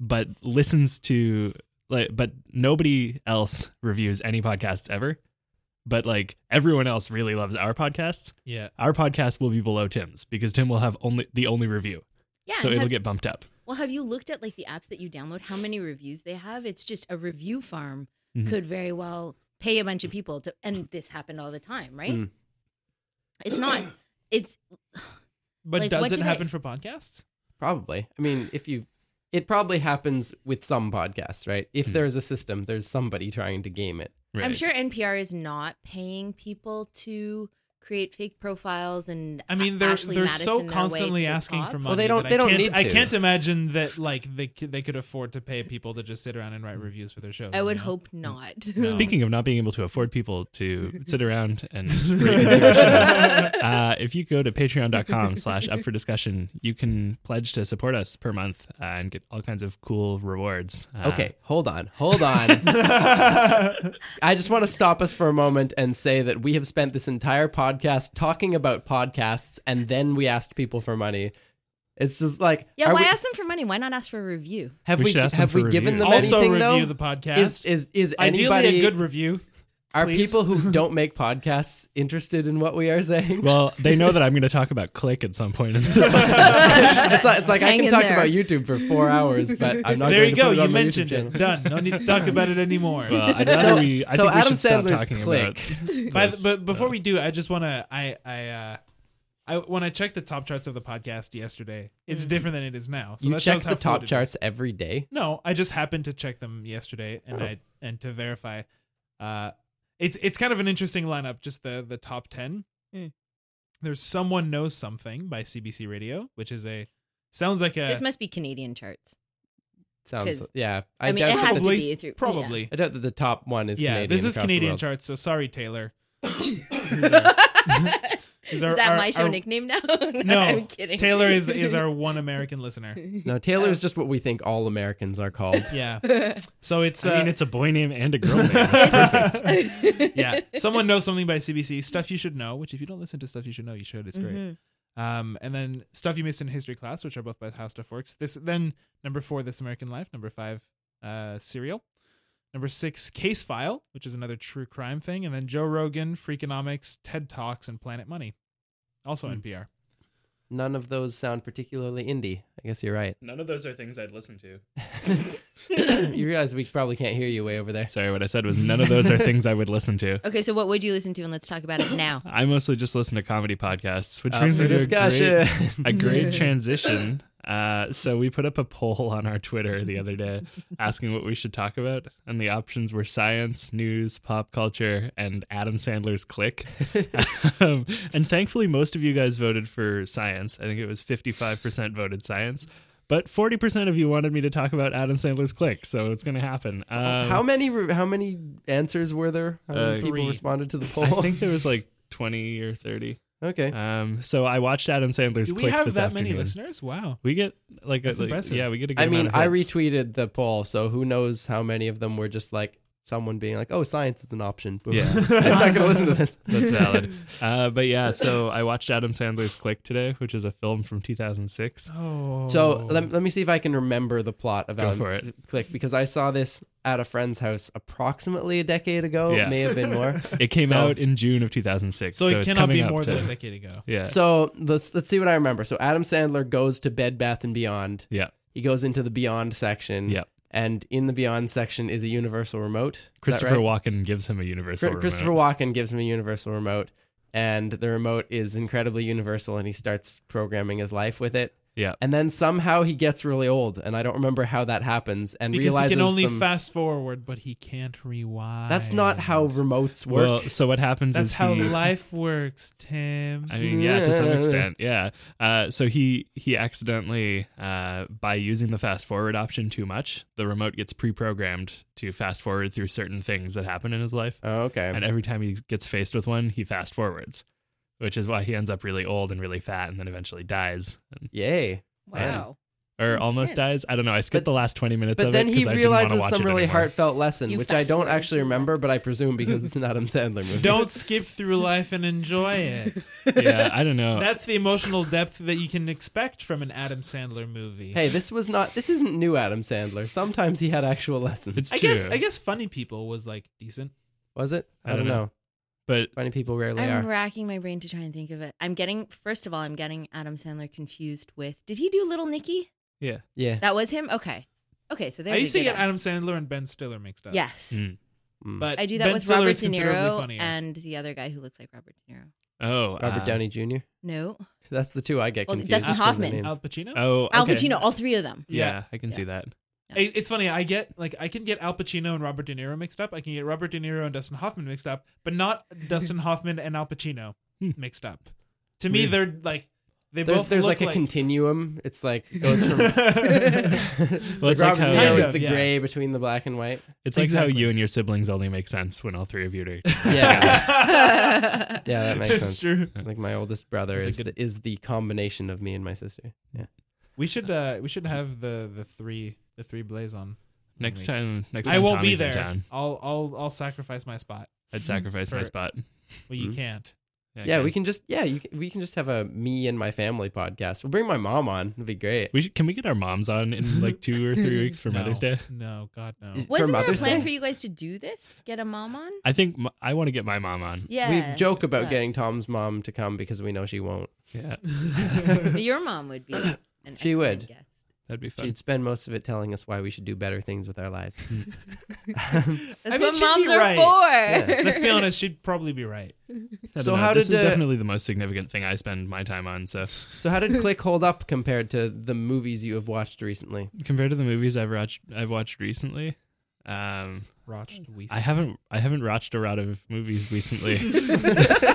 Speaker 2: but listens to like, but nobody else reviews any podcasts ever. But like everyone else really loves our podcasts.
Speaker 5: Yeah.
Speaker 2: Our podcast will be below Tim's because Tim will have only the only review,
Speaker 3: yeah,
Speaker 2: so
Speaker 3: and
Speaker 2: it'll
Speaker 3: have-
Speaker 2: get bumped up.
Speaker 3: well, have you looked at like the apps that you download? How many reviews they have? It's just a review farm
Speaker 2: Mhm.
Speaker 3: could very well pay a bunch of people to, and this happened all the time, right?
Speaker 4: Mm.
Speaker 3: It's not. It's
Speaker 5: But
Speaker 3: Like, what
Speaker 5: does it
Speaker 3: did
Speaker 5: happen
Speaker 3: I-
Speaker 5: for podcasts?
Speaker 4: Probably. I mean, if you, it probably happens with some podcasts, right? If
Speaker 2: Hmm.
Speaker 4: there's a system, there's somebody trying to game it.
Speaker 3: I'm
Speaker 2: Right.
Speaker 3: sure NPR is not paying people to create fake profiles and
Speaker 5: I mean,
Speaker 3: A-
Speaker 5: they're
Speaker 3: Ashley
Speaker 5: they're
Speaker 3: Madison
Speaker 5: so
Speaker 3: their way
Speaker 5: constantly
Speaker 3: to the
Speaker 5: asking
Speaker 3: top.
Speaker 5: for money.
Speaker 4: Well, they don't-
Speaker 5: that
Speaker 4: they
Speaker 5: I
Speaker 4: don't
Speaker 5: can't,
Speaker 4: need
Speaker 5: I
Speaker 4: to.
Speaker 5: can't imagine that like they c- they could afford to pay people to just sit around and write reviews for their shows.
Speaker 3: Hmm. I
Speaker 5: you
Speaker 3: would
Speaker 5: know?
Speaker 3: hope
Speaker 4: Mm.
Speaker 3: not.
Speaker 5: No.
Speaker 2: Speaking of not being able to afford people to sit around and read their shows, uh, if you go to patreon.com slash up for discussion, you can pledge to support us per month uh, and get all kinds of cool rewards. Uh,
Speaker 4: Okay, hold on, hold on. I just want to stop us for a moment and say that we have spent this entire podcast talking about podcasts, and then we asked people for money. It's just like,
Speaker 3: yeah,
Speaker 4: are
Speaker 3: why
Speaker 4: we,
Speaker 3: ask them for money? Why not ask for a review?
Speaker 4: have
Speaker 2: We
Speaker 4: we,
Speaker 2: should ask them
Speaker 4: have we
Speaker 2: for
Speaker 4: given them
Speaker 2: reviews.
Speaker 5: also
Speaker 4: anything
Speaker 5: review
Speaker 4: though?
Speaker 5: the podcast.
Speaker 4: Is is is
Speaker 5: Ideally,
Speaker 4: anybody
Speaker 5: a good review.
Speaker 4: are
Speaker 5: please.
Speaker 4: people who don't make podcasts interested in what we are saying?
Speaker 2: Well, they know that I'm going to talk about Click at some point. In this
Speaker 4: it's like, it's like I
Speaker 3: Hang
Speaker 4: can
Speaker 3: in
Speaker 4: talk
Speaker 3: there.
Speaker 4: about YouTube for four hours, but I'm not.
Speaker 5: there
Speaker 4: going
Speaker 5: you
Speaker 4: to
Speaker 5: go.
Speaker 4: Put it
Speaker 5: You
Speaker 4: on my YouTube
Speaker 5: mentioned
Speaker 4: channel.
Speaker 5: it. Done. No need to talk about it anymore.
Speaker 2: well, I'd rather we, I
Speaker 4: so
Speaker 2: think we
Speaker 4: Adam
Speaker 2: should stop
Speaker 4: Sandler's
Speaker 2: talking
Speaker 4: Click.
Speaker 2: about
Speaker 5: By the,
Speaker 2: this,
Speaker 5: but before
Speaker 2: uh,
Speaker 5: we do, I just want to I I uh I when I checked the top charts of the podcast yesterday, it's different than it is now. So
Speaker 4: Mm-hmm. you
Speaker 5: that
Speaker 4: check
Speaker 5: shows how
Speaker 4: the top
Speaker 5: fluid it is.
Speaker 4: charts every day.
Speaker 5: No, I just happened to check them yesterday,
Speaker 4: Oh.
Speaker 5: and I and to verify, uh, it's it's kind of an interesting lineup. Just the the top ten.
Speaker 3: Mm.
Speaker 5: There's someone knows something by CBC Radio, which is a sounds like a
Speaker 3: this must be Canadian charts.
Speaker 4: Sounds
Speaker 3: 'Cause-
Speaker 4: yeah.
Speaker 3: I, mean,
Speaker 4: doubt
Speaker 3: it
Speaker 4: that
Speaker 3: has
Speaker 4: the-
Speaker 5: Probably-
Speaker 3: to be through yeah.
Speaker 5: probably
Speaker 4: I doubt that the top one is
Speaker 5: yeah.
Speaker 4: Canadian.
Speaker 5: this is
Speaker 4: across the
Speaker 5: Canadian
Speaker 4: world.
Speaker 5: charts, so sorry, Taylor.
Speaker 3: is,
Speaker 5: Is our-
Speaker 3: that
Speaker 5: our-
Speaker 3: my show
Speaker 5: our-
Speaker 3: nickname now? no,
Speaker 5: No,
Speaker 3: I'm kidding.
Speaker 5: Taylor is is our one American listener.
Speaker 4: No, Taylor is just what we think all Americans are called.
Speaker 5: Yeah, so it's uh,
Speaker 2: I mean, it's a boy name and a girl name.
Speaker 5: yeah. Someone knows something by CBC. Stuff you should know. Which if you don't listen to stuff you should know, you should. It's great.
Speaker 3: Mm-hmm.
Speaker 2: Mm-hmm.
Speaker 5: Um, and then stuff you missed in history class, which are both by House Stuff Works. This then number four, This American Life. Number five, uh, Serial. Number six, Case File, which is another true crime thing. And then Joe Rogan, Freakonomics, TED Talks, and Planet Money.
Speaker 4: Hmm.
Speaker 5: Also NPR.
Speaker 4: None of those sound particularly indie. I guess you're right.
Speaker 2: None of those are things I'd listen to.
Speaker 4: you realize we probably can't hear you way over there.
Speaker 2: Sorry, what I said was none of those are things I would listen to.
Speaker 3: Okay, so what would you listen to? And let's talk about it now.
Speaker 2: I mostly just listen to comedy podcasts, which
Speaker 4: Up
Speaker 2: brings
Speaker 4: Uh, for
Speaker 2: me to a
Speaker 4: discussion.
Speaker 2: great, a great transition. Uh, so we put up a poll on our Twitter the other day asking what we should talk about, and the options were science, news, pop culture, and Adam Sandler's Click. um, and thankfully, most of you guys voted for science. I think it was fifty-five percent voted science, but forty percent of you wanted me to talk about Adam Sandler's Click. So it's going to happen.
Speaker 5: Oh,
Speaker 2: Um,
Speaker 4: how many re- how many answers were there? How many
Speaker 2: Uh,
Speaker 4: people
Speaker 5: Three.
Speaker 4: responded to the poll?
Speaker 2: I think there was like twenty or thirty.
Speaker 4: okay.
Speaker 2: Um, so I watched Adam Sandler's
Speaker 5: Do we
Speaker 2: Click
Speaker 5: have
Speaker 2: this
Speaker 5: that
Speaker 2: afternoon.
Speaker 5: many listeners? Wow.
Speaker 2: We get like
Speaker 5: That's
Speaker 2: a, like-
Speaker 5: impressive.
Speaker 2: Yeah, we get a good
Speaker 4: I mean,
Speaker 2: amount of
Speaker 4: I
Speaker 2: hits.
Speaker 4: retweeted the poll, so who knows how many of them were just like someone being like, "Oh, science is an option." Boom.
Speaker 2: Yeah.
Speaker 4: I'm not gonna listen to this.
Speaker 2: That's valid. uh, but yeah, so I watched Adam Sandler's Click today, which is a film from 2006.
Speaker 5: Oh.
Speaker 4: So let, let me see if I can remember the plot of
Speaker 2: Go
Speaker 4: Alan
Speaker 2: for it.
Speaker 4: Click because I saw this at a friend's house approximately a decade ago,
Speaker 2: Yeah.
Speaker 4: may have been more.
Speaker 2: It came
Speaker 4: So-
Speaker 2: out in June of 2006.
Speaker 5: so,
Speaker 2: So,
Speaker 5: it
Speaker 2: it's
Speaker 5: cannot be
Speaker 2: coming up
Speaker 5: more
Speaker 2: to-
Speaker 5: than a decade ago.
Speaker 2: Yeah.
Speaker 4: so let's let's see what I remember. So Adam Sandler goes to Bed Bath and Beyond.
Speaker 2: yeah.
Speaker 4: He goes into the Beyond section.
Speaker 2: Yeah.
Speaker 4: And in the Beyond section is a universal remote. Is that
Speaker 2: Christopher
Speaker 4: right?
Speaker 2: Walken gives him a universal
Speaker 4: Cri- Christopher
Speaker 2: remote.
Speaker 4: Walken gives him a universal remote, and the remote is incredibly universal, and he starts programming his life with it.
Speaker 2: Yeah.
Speaker 4: And then somehow he gets really old, and I don't remember how that happens. And
Speaker 5: Because he
Speaker 4: realizes
Speaker 5: can only
Speaker 4: some-
Speaker 5: fast forward, but he can't rewind.
Speaker 4: that's not how remotes work.
Speaker 2: Well, so what happens
Speaker 5: That's
Speaker 2: is
Speaker 5: how
Speaker 2: he,
Speaker 5: life works, Tim.
Speaker 2: I mean, yeah, to some extent, yeah. Uh, so he he accidentally, uh, by using the fast forward option too much, the remote gets pre-programmed to fast forward through certain things that happen in his life,
Speaker 4: oh, okay.
Speaker 2: and every time he gets faced with one, he fast forwards, which is why he ends up really old and really fat, and then eventually dies. And
Speaker 4: Yay.
Speaker 3: Wow.
Speaker 2: or almost
Speaker 3: Intense.
Speaker 2: dies. I don't know. I skipped the last twenty minutes
Speaker 4: But
Speaker 2: of
Speaker 4: then
Speaker 2: it
Speaker 4: he
Speaker 2: because I didn't want to
Speaker 4: realizes
Speaker 2: watch
Speaker 4: some
Speaker 2: it
Speaker 4: really
Speaker 2: anymore.
Speaker 4: heartfelt lesson,
Speaker 3: You
Speaker 4: which I don't
Speaker 3: fast-forward
Speaker 4: actually
Speaker 3: through that.
Speaker 4: remember, but I presume because it's an Adam Sandler movie.
Speaker 5: Don't skip through life and enjoy it.
Speaker 2: yeah, I don't know.
Speaker 5: That's the emotional depth that you can expect from an Adam Sandler movie.
Speaker 4: Hey, this was not. This isn't new Adam Sandler. Sometimes he had actual lessons.
Speaker 2: it's
Speaker 5: I
Speaker 2: true.
Speaker 5: guess I guess Funny People was like decent.
Speaker 4: Was it? I, don't, know.
Speaker 2: but
Speaker 4: Funny people rarely
Speaker 3: I'm
Speaker 4: are.
Speaker 3: racking my brain to try and think of it. I'm getting first of all, I'm getting Adam Sandler confused with. Did he do Little Nicky?
Speaker 2: yeah,
Speaker 4: Yeah.
Speaker 3: That was him. Okay, okay. So there's.
Speaker 5: I used
Speaker 3: a
Speaker 5: to
Speaker 3: good
Speaker 5: get
Speaker 3: one.
Speaker 5: Adam Sandler and Ben Stiller mixed up.
Speaker 3: Yes,
Speaker 2: Mm.
Speaker 4: Mm.
Speaker 5: but
Speaker 3: I do that
Speaker 5: ben
Speaker 3: with
Speaker 5: Stiller
Speaker 3: Robert
Speaker 5: is
Speaker 3: De
Speaker 5: considerably
Speaker 3: Niro
Speaker 5: funnier.
Speaker 3: and the other guy who looks like Robert De Niro.
Speaker 2: oh,
Speaker 4: Robert
Speaker 2: uh,
Speaker 4: Downey Jr.
Speaker 3: No,
Speaker 4: That's the two I get
Speaker 3: Well,
Speaker 4: confused.
Speaker 3: Dustin
Speaker 4: just from the
Speaker 3: Hoffman.
Speaker 4: names.
Speaker 5: Al Pacino.
Speaker 2: Oh, okay.
Speaker 3: Al Pacino. All three of them.
Speaker 2: Yeah,
Speaker 5: Yeah.
Speaker 2: I can see that.
Speaker 5: I- It's funny. I get like I can get Al Pacino and Robert De Niro mixed up. I can get Robert De Niro and Dustin Hoffman mixed up, but not Dustin Hoffman and Al Pacino mixed up. To me, they're like they
Speaker 4: Hmm. There's,
Speaker 5: both
Speaker 4: there's
Speaker 5: look
Speaker 4: like a continuum. It's like it goes from
Speaker 2: Well, it's
Speaker 4: Robert
Speaker 2: like how
Speaker 4: De
Speaker 5: Kind
Speaker 4: Niro is
Speaker 5: of,
Speaker 4: the
Speaker 5: yeah.
Speaker 4: gray between the black and white.
Speaker 2: it's like how
Speaker 5: Exactly.
Speaker 2: you and your siblings only make sense when all three of you are.
Speaker 4: Yeah, yeah, that makes sense.
Speaker 5: That's true.
Speaker 4: Like my oldest brother
Speaker 5: That's a
Speaker 4: is
Speaker 5: good-
Speaker 4: the, is the combination of me and my sister. Yeah.
Speaker 5: We should uh we should have the the three the three blaze on.
Speaker 2: next
Speaker 5: Wait.
Speaker 2: time, next time
Speaker 5: I won't
Speaker 2: Tommy's
Speaker 5: be
Speaker 2: in
Speaker 5: there.
Speaker 2: town,
Speaker 5: I'll I'll I'll sacrifice my spot.
Speaker 2: I'd sacrifice my
Speaker 5: For-
Speaker 2: spot.
Speaker 5: Well,
Speaker 2: Hmm?
Speaker 5: you
Speaker 4: Mhm.
Speaker 5: can't.
Speaker 4: Yeah,
Speaker 2: okay.
Speaker 4: we can just yeah, you can, we can just have a me and my family podcast. We'll bring my mom on. It'd be great.
Speaker 2: We should, can we get our moms on in like two or three weeks for
Speaker 5: No.
Speaker 2: Mother's Day?
Speaker 5: No, God no.
Speaker 4: Is- For
Speaker 3: Wasn't there a
Speaker 4: Mother's
Speaker 3: plan
Speaker 4: Day.
Speaker 3: for you guys to do this? Get a mom on?
Speaker 2: I think m- I want to get my mom on.
Speaker 3: Yeah.
Speaker 4: We joke about
Speaker 3: Uh,
Speaker 4: getting Tom's mom to come because we know she won't.
Speaker 2: Yeah,
Speaker 3: but Your mom would be. An
Speaker 4: She
Speaker 3: excellent
Speaker 4: would.
Speaker 3: Guest.
Speaker 2: that'd be fun.
Speaker 4: She'd spend most of it telling us why we should do better things with our lives.
Speaker 3: That's
Speaker 5: mean,
Speaker 3: what
Speaker 5: she'd be
Speaker 3: moms are
Speaker 5: right.
Speaker 3: for.
Speaker 5: Let's be honest. She'd probably be right.
Speaker 2: I don't
Speaker 4: So
Speaker 2: know.
Speaker 4: how
Speaker 2: this
Speaker 4: did,
Speaker 2: is
Speaker 4: uh,
Speaker 2: definitely the most significant thing I spend my time on. So
Speaker 4: so how did Click hold up compared to the movies you have watched recently?
Speaker 2: compared to the movies I've watched, I've watched recently. Um,
Speaker 5: Rotched Weasel.
Speaker 2: I haven't I haven't watched a lot of movies recently.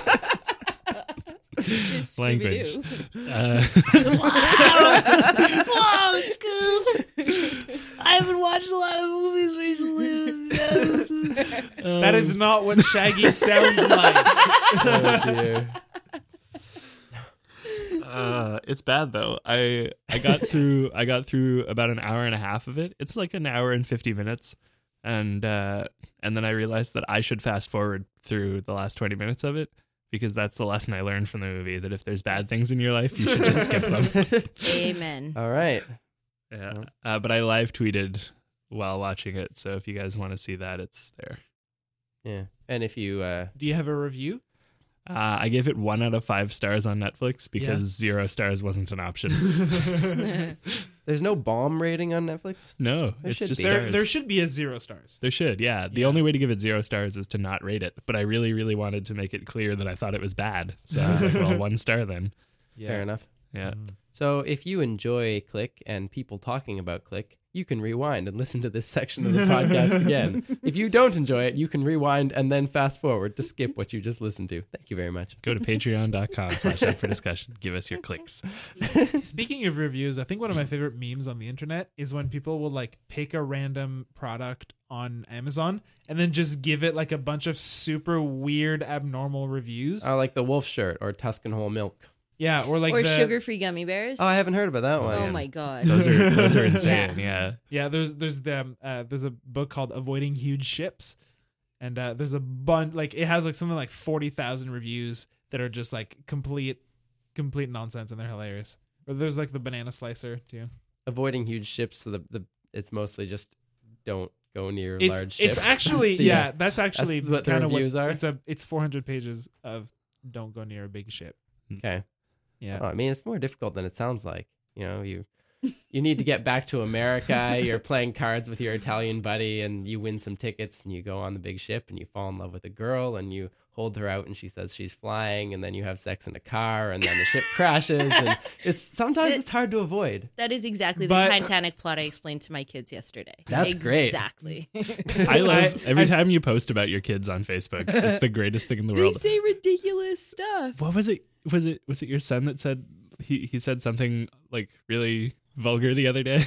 Speaker 3: Just
Speaker 2: Language.
Speaker 3: Scooby-Doo.
Speaker 2: uh,
Speaker 3: Whoa, Scoob! I haven't watched a lot of movies recently.
Speaker 5: that is not what Shaggy sounds like.
Speaker 4: Oh, dear.
Speaker 2: uh, it's bad though. I I got through I got through about an hour and a half of it. It's like an hour and fifty minutes, and uh, and then I realized that I should fast forward through the last twenty minutes of it because that's the lesson I learned from the movie that if there's bad things in your life, you should just skip them.
Speaker 3: Amen.
Speaker 4: All right.
Speaker 2: Yeah.
Speaker 4: Yeah.
Speaker 2: Uh, but I live tweeted while watching it, so if you guys want to see that, it's there.
Speaker 4: Yeah. And if you uh
Speaker 5: Do you have a review?
Speaker 2: Uh, I gave it one out of five stars on Netflix because zero stars wasn't an option.
Speaker 4: there's no bomb rating on Netflix?
Speaker 2: no,
Speaker 4: There
Speaker 2: it's
Speaker 4: should
Speaker 2: just
Speaker 4: be.
Speaker 5: There,
Speaker 2: stars.
Speaker 5: there should be a zero stars.
Speaker 2: There should, yeah. The
Speaker 5: Yeah.
Speaker 2: only way to give it zero stars is to not rate it. But I really, really wanted to make it clear that I thought it was bad. So I was like, well, one star then.
Speaker 4: Fair
Speaker 5: Yeah.
Speaker 4: enough.
Speaker 2: Yeah.
Speaker 4: So if you enjoy Click and people talking about Click, you can rewind and listen to this section of the podcast again. If you don't enjoy it, you can rewind and then fast forward to skip what you just listened to. Thank you very much.
Speaker 2: Go to patreon.com slash up for discussion. Give us your clicks.
Speaker 5: Speaking of reviews, I think one of my favorite memes on the internet is when people will like pick a random product on Amazon and then just give it like a bunch of super weird, abnormal reviews.
Speaker 4: I like the wolf shirt or Tuscan Hole milk.
Speaker 5: yeah, or like
Speaker 3: or
Speaker 5: the,
Speaker 3: sugar-free gummy bears.
Speaker 4: Oh, I haven't heard about that one.
Speaker 3: oh
Speaker 2: yeah.
Speaker 3: my god.
Speaker 2: Those are those are insane. yeah.
Speaker 5: Yeah, there's there's them. Uh, there's a book called Avoiding Huge Ships, and uh, there's a bunch like it has like something like forty thousand reviews that are just like complete, complete nonsense, and they're hilarious. Or there's like the banana slicer too.
Speaker 4: Avoiding huge ships. So the, the it's mostly just don't go near
Speaker 5: It's
Speaker 4: large ships.
Speaker 5: it's actually
Speaker 4: That's the,
Speaker 5: yeah,
Speaker 4: uh,
Speaker 5: that's actually
Speaker 4: that's what the
Speaker 5: kind of what
Speaker 4: reviews are?
Speaker 5: it's a it's four hundred pages of don't go near a big ship.
Speaker 4: Okay.
Speaker 5: Yeah.
Speaker 4: Oh, I mean, it's more difficult than it sounds like. You know, you you need to get back to America. You're playing cards with your Italian buddy, and you win some tickets, and you go on the big ship, and you fall in love with a girl, and you hold her out, and she says she's flying, and then you have sex in a car, and then the ship crashes, and it's sometimes
Speaker 3: The-
Speaker 4: it's hard to avoid.
Speaker 3: That is exactly
Speaker 5: But-
Speaker 3: the Titanic plot I explained to my kids yesterday.
Speaker 4: That's great.
Speaker 3: Exactly.
Speaker 2: I love
Speaker 5: I-
Speaker 2: every
Speaker 5: I've-
Speaker 2: time you post about your kids on Facebook. It's the greatest thing in the world.
Speaker 3: say ridiculous stuff.
Speaker 2: what was it? Was it was it your son that said he he said something like really vulgar the other day?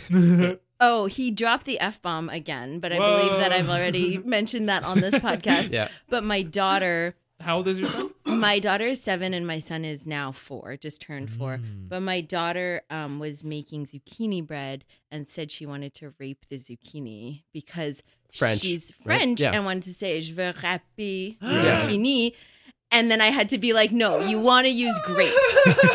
Speaker 3: Oh, he dropped the F bomb again, but I believe that I've already mentioned that on this podcast.
Speaker 4: Yeah.
Speaker 3: But my daughter,
Speaker 5: How old is your son?
Speaker 3: my daughter is seven and my son is now four, just turned four. But my daughter um, was making zucchini bread and said she wanted to rape the zucchini because
Speaker 4: French,
Speaker 3: she's
Speaker 4: right?
Speaker 3: French
Speaker 4: Yeah.
Speaker 3: and wanted to say, Je veux raper
Speaker 4: Yeah.
Speaker 3: zucchini. And then I had to be like, no, you want to use great.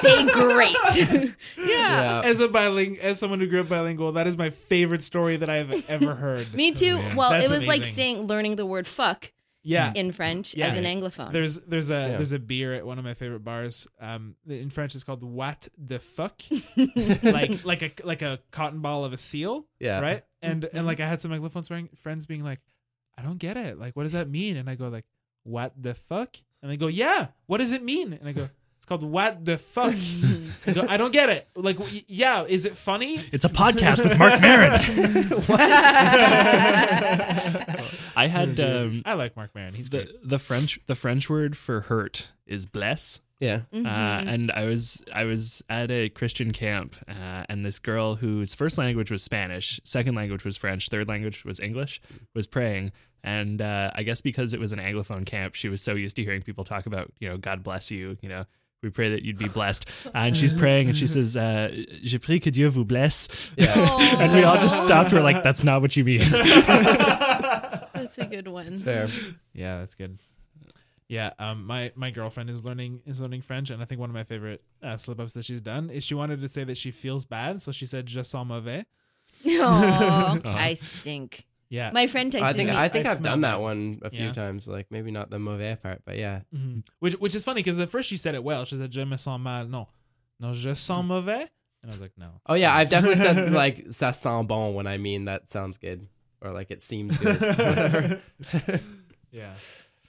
Speaker 3: say great. yeah.
Speaker 4: Yeah.
Speaker 5: As a biling- as someone who grew up bilingual, that is my favorite story that I have ever heard.
Speaker 3: Me too. Well,
Speaker 5: That's
Speaker 3: it was like
Speaker 5: amazing.
Speaker 3: saying learning the word fuck
Speaker 5: yeah.
Speaker 3: in French
Speaker 5: Yeah.
Speaker 3: as an anglophone.
Speaker 5: There's there's a
Speaker 4: Yeah.
Speaker 5: there's a beer at one of my favorite bars. Um, in French it's called "What the fuck," like like a like a cotton ball of a seal,
Speaker 4: Yeah.
Speaker 5: right? And and like I had some Anglophone swearing- friends being like, "I don't get it. Like, what does that mean?" And I go like, "What the fuck?" And they go, "Yeah, what does it mean?" And I go, "It's called what the fuck." I, go, I don't get it. Like, w- yeah, is it funny?
Speaker 2: It's a podcast with Mark Maron. I had um,
Speaker 5: I like Mark Maron. He's great.
Speaker 2: the the French the French word for hurt is bless.
Speaker 4: Yeah.
Speaker 2: Uh, and I was I was at a Christian camp, uh, and this girl whose first language was Spanish, second language was French, third language was English, was praying. And uh, I guess because it was an Anglophone camp, she was so used to hearing people talk about, you know, God bless you, you know, we pray that you'd be blessed. and she's praying, and she says, uh, "Je prie que Dieu vous blesse." and we all just stopped. We're like, "That's not what you mean."
Speaker 3: That's a good one.
Speaker 4: Fair.
Speaker 5: Yeah, that's good. Yeah, um, my my girlfriend is learning is learning French, and I think one of my favorite uh, slip ups that she's done is she wanted to say that she feels bad, so she said "je sens mauvais."
Speaker 3: Aw, I stink.
Speaker 5: Yeah,
Speaker 3: My friend texted
Speaker 4: Uh-huh. I think
Speaker 3: me.
Speaker 4: I think
Speaker 5: I
Speaker 4: I've
Speaker 5: smell
Speaker 4: done
Speaker 5: that.
Speaker 4: that one a few
Speaker 5: Yeah.
Speaker 4: times. Like maybe not the mauvais part, but yeah.
Speaker 5: Mhm. which which is funny because at first she said it well. She said "je me sens mal," no, no, "je sens mauvais," and I was like, no.
Speaker 4: Oh yeah, I've definitely said like ça sent bon when I mean that sounds good or like it seems good. Whatever.
Speaker 5: Yeah,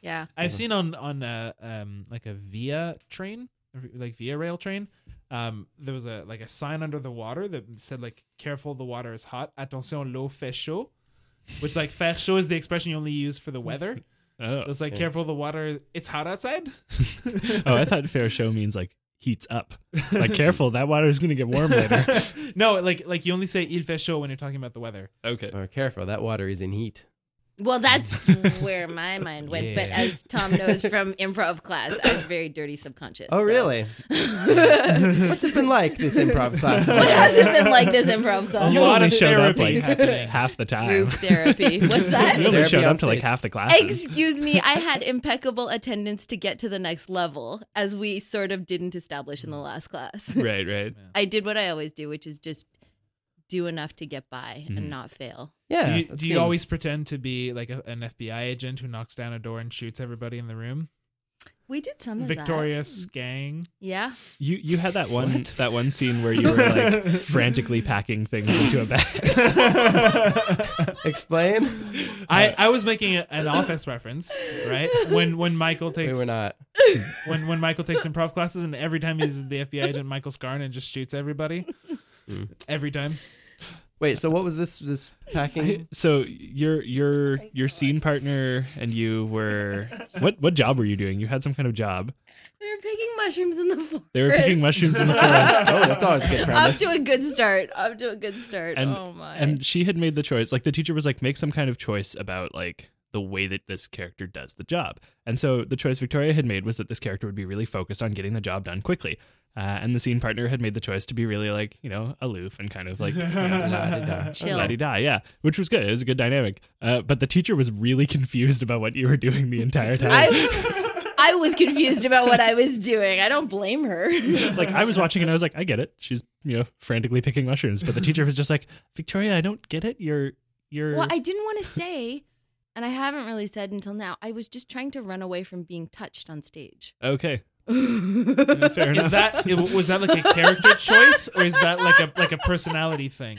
Speaker 3: yeah.
Speaker 4: Uh-huh.
Speaker 5: I've seen on on uh, um like a via train, like via rail train. Um, there was a like a sign under the water that said like "careful, the water is hot." Attention, l'eau fait chaud, which like "fait chaud" is the expression you only use for the weather.
Speaker 2: oh.
Speaker 5: It was like,
Speaker 4: Yeah.
Speaker 5: careful, the water, it's hot outside.
Speaker 2: oh, I thought fair show means like heats up. Like, careful, that water is going to get warm later.
Speaker 5: no, like like you only say il fait chaud when you're talking about the weather.
Speaker 2: okay.
Speaker 4: Or Oh, careful, that water is in heat.
Speaker 3: Well, that's where my mind went. But
Speaker 5: Yeah.
Speaker 3: as Tom knows from improv class, I have a very dirty subconscious.
Speaker 4: Oh
Speaker 3: so-
Speaker 4: really? What's it been like this improv class?
Speaker 3: What has it been like this improv class?
Speaker 2: You
Speaker 5: lot
Speaker 2: only
Speaker 5: of
Speaker 2: showed up
Speaker 5: therapy
Speaker 2: like
Speaker 5: happening.
Speaker 2: half the time.
Speaker 3: Group therapy. What's that?
Speaker 2: You only
Speaker 4: Therapy
Speaker 2: showed
Speaker 4: on
Speaker 2: up to like
Speaker 4: stage.
Speaker 2: half the classes.
Speaker 3: Excuse me, I had impeccable attendance to get to the next level, as we sort of didn't establish in the last class.
Speaker 2: right, right.
Speaker 3: I did what I always do, which is just do enough to get by
Speaker 4: Mm.
Speaker 3: and not fail.
Speaker 4: Yeah.
Speaker 5: do you,
Speaker 4: that
Speaker 5: do you
Speaker 4: seems-
Speaker 5: always pretend to be like a, an FBI agent who knocks down a door and shoots everybody in the room?
Speaker 3: We did some of that.
Speaker 5: Victorious gang.
Speaker 3: Yeah.
Speaker 2: You you had that one that one scene where you were like frantically packing things into a bag.
Speaker 4: explain?
Speaker 5: I, I was making a, an office reference, right? When when Michael
Speaker 4: we
Speaker 5: takes
Speaker 4: were not.
Speaker 5: when when Michael takes improv classes and every time he's the FBI agent Michael Scarn and just shoots everybody.
Speaker 4: Mm.
Speaker 5: Every time.
Speaker 4: Wait, so what was this this packing?
Speaker 2: So your your your scene partner and you were what what job were you doing? You had some kind of job.
Speaker 3: They were picking mushrooms in the forest.
Speaker 2: They were picking mushrooms in the forest.
Speaker 4: oh, that's always a good
Speaker 3: Off
Speaker 4: premise.
Speaker 3: to a good start. Off to a good start.
Speaker 2: And-
Speaker 3: oh my.
Speaker 2: and she had made the choice like the teacher was like make some kind of choice about like the way that this character does the job and so the choice victoria had made was that this character would be really focused on getting the job done quickly uh, and the scene partner had made the choice to be really like you know aloof and kind of like
Speaker 4: La-di-da.
Speaker 3: Chill.
Speaker 2: la da yeah which was good it was a good dynamic uh, but the teacher was really confused about what you were doing the entire time
Speaker 3: I, I was confused about what I was doing. I don't blame her.
Speaker 2: like i was watching and i was like i get it she's you know frantically picking mushrooms but the teacher was just like victoria i don't get it you're you're
Speaker 3: well, I didn't want to say, and I haven't really said until now, I was just trying to run away from being touched on stage.
Speaker 2: okay fair enough
Speaker 5: Is that it- was that like a character choice or is that like a like a personality thing?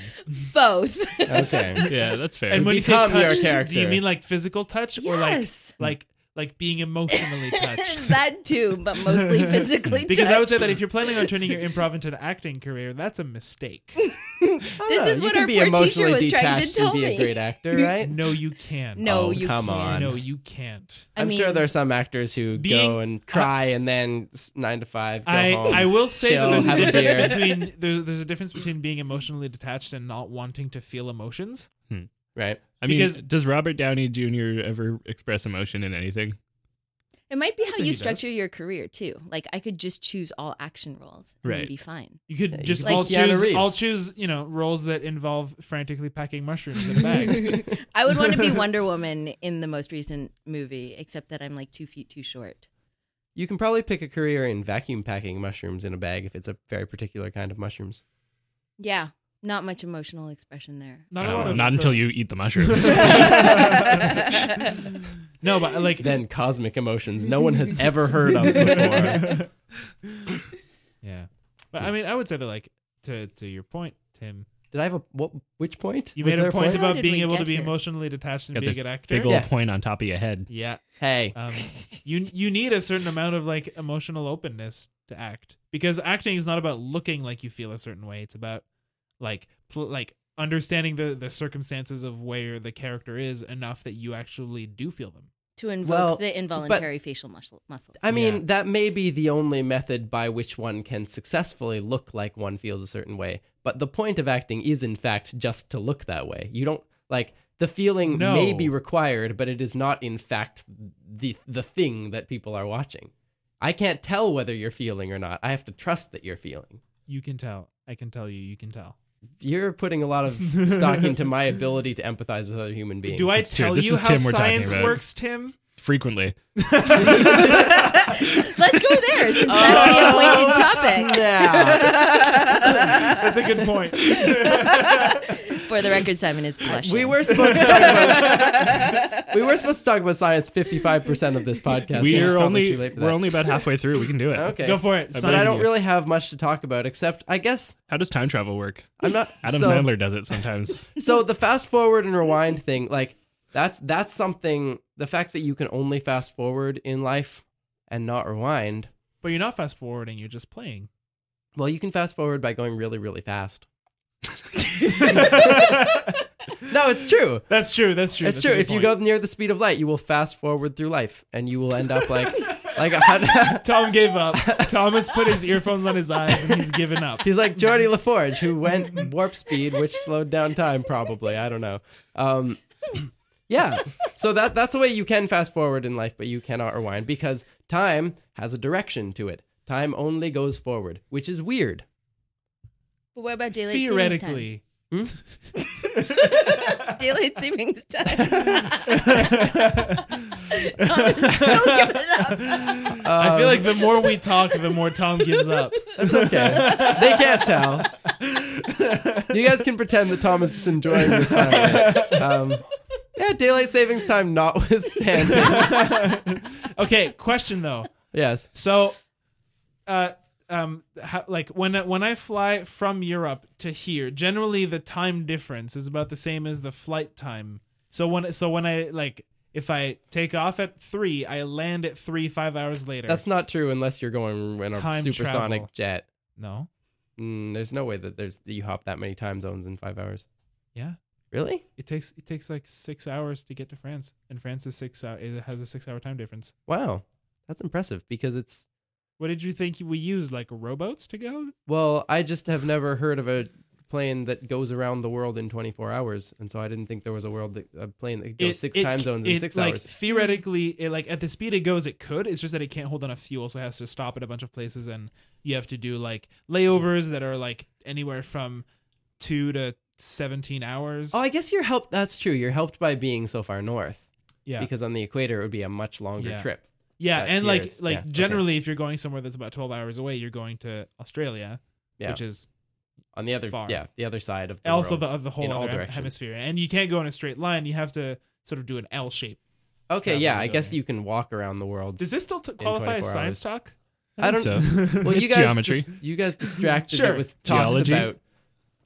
Speaker 3: Both.
Speaker 4: Okay.
Speaker 2: yeah that's fair
Speaker 5: And when you say
Speaker 4: Become your
Speaker 5: touch, do you
Speaker 4: character.
Speaker 5: mean like physical touch or like
Speaker 3: Yes.
Speaker 5: like like being emotionally touched?
Speaker 3: that too, but mostly physically
Speaker 5: Because I would say
Speaker 3: touched.
Speaker 5: that if you're planning on turning your improv into an acting career, that's a mistake.
Speaker 3: This is
Speaker 4: uh, you
Speaker 3: what
Speaker 4: can
Speaker 3: our
Speaker 4: be
Speaker 3: poor teacher
Speaker 4: emotionally
Speaker 3: was trying to
Speaker 4: detached
Speaker 3: tell
Speaker 4: and be
Speaker 3: me.
Speaker 4: a great actor, right?
Speaker 5: No, you can't.
Speaker 3: No,
Speaker 4: Oh,
Speaker 3: you
Speaker 4: come
Speaker 3: can't.
Speaker 4: on.
Speaker 5: no, you can't.
Speaker 3: I
Speaker 4: I'm sure
Speaker 3: mean-
Speaker 4: there are some actors who
Speaker 5: Being-
Speaker 4: go and cry and then s- nine to five. Go
Speaker 5: I,
Speaker 4: home.
Speaker 5: I will say
Speaker 4: chill,
Speaker 5: that
Speaker 4: have a
Speaker 5: there's a difference
Speaker 4: beer.
Speaker 5: between there's, there's a difference between being emotionally detached and not wanting to feel emotions.
Speaker 4: right.
Speaker 2: I mean,
Speaker 5: Because-
Speaker 2: does Robert Downey Jr. ever express emotion in anything?
Speaker 3: It might be how
Speaker 5: So he
Speaker 3: you
Speaker 5: does.
Speaker 3: structure your career too. Like I could just choose all action roles and
Speaker 2: Right.
Speaker 3: it'd be fine.
Speaker 5: You could
Speaker 4: you
Speaker 5: just
Speaker 4: could-
Speaker 5: all
Speaker 4: Like Keanu
Speaker 5: choose.
Speaker 4: Reeves.
Speaker 5: I'll choose. You know, roles that involve frantically packing mushrooms in a bag.
Speaker 3: I would want to be Wonder Woman in the most recent movie, except that I'm like two feet too short.
Speaker 4: You can probably pick a career in vacuum packing mushrooms in a bag if it's a very particular kind of mushrooms.
Speaker 3: Yeah, not much emotional expression there.
Speaker 5: Not
Speaker 2: No, Uh, not until you eat the mushrooms.
Speaker 5: No, but like
Speaker 4: Then cosmic emotions no one has ever heard of before.
Speaker 5: Yeah, but I mean, I would say that like to to your point, Tim.
Speaker 4: Did I have a what? Which point?
Speaker 5: You
Speaker 4: Was
Speaker 5: made
Speaker 4: there
Speaker 5: a point
Speaker 3: How
Speaker 5: about
Speaker 3: did
Speaker 5: being
Speaker 3: we
Speaker 5: able to
Speaker 3: get
Speaker 5: be
Speaker 3: here?
Speaker 5: emotionally detached and
Speaker 2: Got
Speaker 5: be a
Speaker 2: this
Speaker 5: good actor.
Speaker 2: Big old
Speaker 4: Yeah.
Speaker 2: point on top of your head.
Speaker 5: yeah,
Speaker 4: Hey,
Speaker 5: um, you you need a certain amount of like emotional openness to act because acting is not about looking like you feel a certain way. It's about like pl- like understanding the the circumstances of where the character is enough that you actually do feel them.
Speaker 3: to invoke
Speaker 4: Well,
Speaker 3: the involuntary facial muscle, muscles.
Speaker 4: I mean
Speaker 5: Yeah.
Speaker 4: that may be the only method by which one can successfully look like one feels a certain way. But the point of acting is, in fact, just to look that way. You don't like the feeling
Speaker 5: No.
Speaker 4: may be required, but it is not, in fact, the the thing that people are watching. I can't tell whether you're feeling or not. I have to trust that you're feeling.
Speaker 5: You can tell. I can tell you. You can tell.
Speaker 4: You're putting a lot of stock into my ability to empathize with other human beings.
Speaker 5: Do I
Speaker 2: It's true.
Speaker 5: tell
Speaker 2: This
Speaker 5: you
Speaker 2: is
Speaker 5: how
Speaker 2: Tim we're talking
Speaker 5: science
Speaker 2: about.
Speaker 5: works, Tim?
Speaker 2: Frequently.
Speaker 3: Let's go there since that's the appointed topic.
Speaker 4: Yeah.
Speaker 5: That's a good point.
Speaker 3: For the record, Simon is blushing.
Speaker 4: we were supposed to talk about we were supposed to talk about science fifty five percent of this podcast. and it's
Speaker 2: we're
Speaker 4: probably
Speaker 2: only
Speaker 4: too late for
Speaker 2: we're
Speaker 4: that.
Speaker 2: only about halfway through. We can do it.
Speaker 4: okay.
Speaker 5: Go for it.
Speaker 2: I
Speaker 4: but I
Speaker 5: Science.
Speaker 4: don't really have much to talk about except I guess
Speaker 2: How does time travel work?
Speaker 4: I'm not
Speaker 2: Adam
Speaker 4: so,
Speaker 2: Sandler does it sometimes.
Speaker 4: So the fast forward and rewind thing, like that's that's something. The fact that you can only fast forward in life and not rewind.
Speaker 5: But you're not fast forwarding. You're just playing.
Speaker 4: Well, you can fast forward by going really, really fast. no, it's true.
Speaker 5: That's true. That's true.
Speaker 4: It's
Speaker 5: a
Speaker 4: true.
Speaker 5: good
Speaker 4: If you go
Speaker 5: point.
Speaker 4: near the speed of light, you will fast forward through life, and you will end up like, like a hun-
Speaker 5: Tom gave up. Tom has put his earphones on his eyes and he's given up.
Speaker 4: he's like Geordie LaForge, who went warp speed, which slowed down time. Probably, I don't know. Um, yeah. So that that's the way you can fast forward in life, but you cannot rewind because time has a direction to it. Time only goes forward, which is weird.
Speaker 3: but what about daylight
Speaker 5: Theoretically,
Speaker 3: Daylight savings time. Tom is still giving it up.
Speaker 5: I
Speaker 4: Um,
Speaker 5: feel like the more we talk, the more Tom gives up.
Speaker 4: That's okay. they can't tell. You guys can pretend that Tom is just enjoying the silence. Um, yeah, daylight savings time notwithstanding.
Speaker 5: Okay, question though.
Speaker 4: yes.
Speaker 5: So, uh, um, how, like when I- when I fly from Europe to here, generally the time difference is about the same as the flight time. So when so when I like if I take off at three, I land at three five hours later.
Speaker 4: That's not true unless you're going in a
Speaker 5: Time
Speaker 4: supersonic
Speaker 5: travel.
Speaker 4: jet.
Speaker 5: no,
Speaker 4: Mm, there's no way that there's that you hop that many time zones in five hours.
Speaker 5: yeah.
Speaker 4: Really?
Speaker 5: It takes it takes like six hours to get to France, and France is six hour. It has a six hour time difference.
Speaker 4: Wow, that's impressive because it's
Speaker 5: What did you think we used? Like rowboats to go?
Speaker 4: well, I just have never heard of a plane that goes around the world in 24 hours, and so I didn't think there was a world that a plane that goes
Speaker 5: It-
Speaker 4: six
Speaker 5: it-
Speaker 4: time zones in
Speaker 5: it,
Speaker 4: six
Speaker 5: like,
Speaker 4: hours.
Speaker 5: Theoretically, it like at the speed it goes, it could. It's just that it can't hold enough fuel, so it has to stop at a bunch of places, and you have to do like layovers that are like anywhere from two to seventeen hours.
Speaker 4: Oh, I guess you're helped. That's true. You're helped by being so far north
Speaker 5: yeah,
Speaker 4: because on the equator it would be a much longer
Speaker 5: Yeah.
Speaker 4: trip.
Speaker 5: yeah,
Speaker 4: uh,
Speaker 5: and like
Speaker 4: years.
Speaker 5: like
Speaker 4: Yeah, okay.
Speaker 5: generally, if you're going somewhere that's about twelve hours away, you're going to Australia,
Speaker 4: Yeah,
Speaker 5: which is
Speaker 4: on the other
Speaker 5: far.
Speaker 4: yeah the other side of the
Speaker 5: also
Speaker 4: world.
Speaker 5: the the whole
Speaker 4: in all
Speaker 5: other hem-
Speaker 4: directions.
Speaker 5: hemisphere, and you can't go in a straight line. You have to sort of do an L shape.
Speaker 4: okay
Speaker 5: travel
Speaker 4: yeah. I
Speaker 5: ability.
Speaker 4: guess you can walk around the world.
Speaker 5: Does this still t-
Speaker 4: 24
Speaker 5: qualify as science talk?
Speaker 4: I don't
Speaker 2: so.
Speaker 4: Well,
Speaker 2: It's
Speaker 4: you guys
Speaker 2: geometry.
Speaker 4: dis- you guys distracted
Speaker 5: Sure.
Speaker 4: it with talks
Speaker 2: Geology.
Speaker 4: about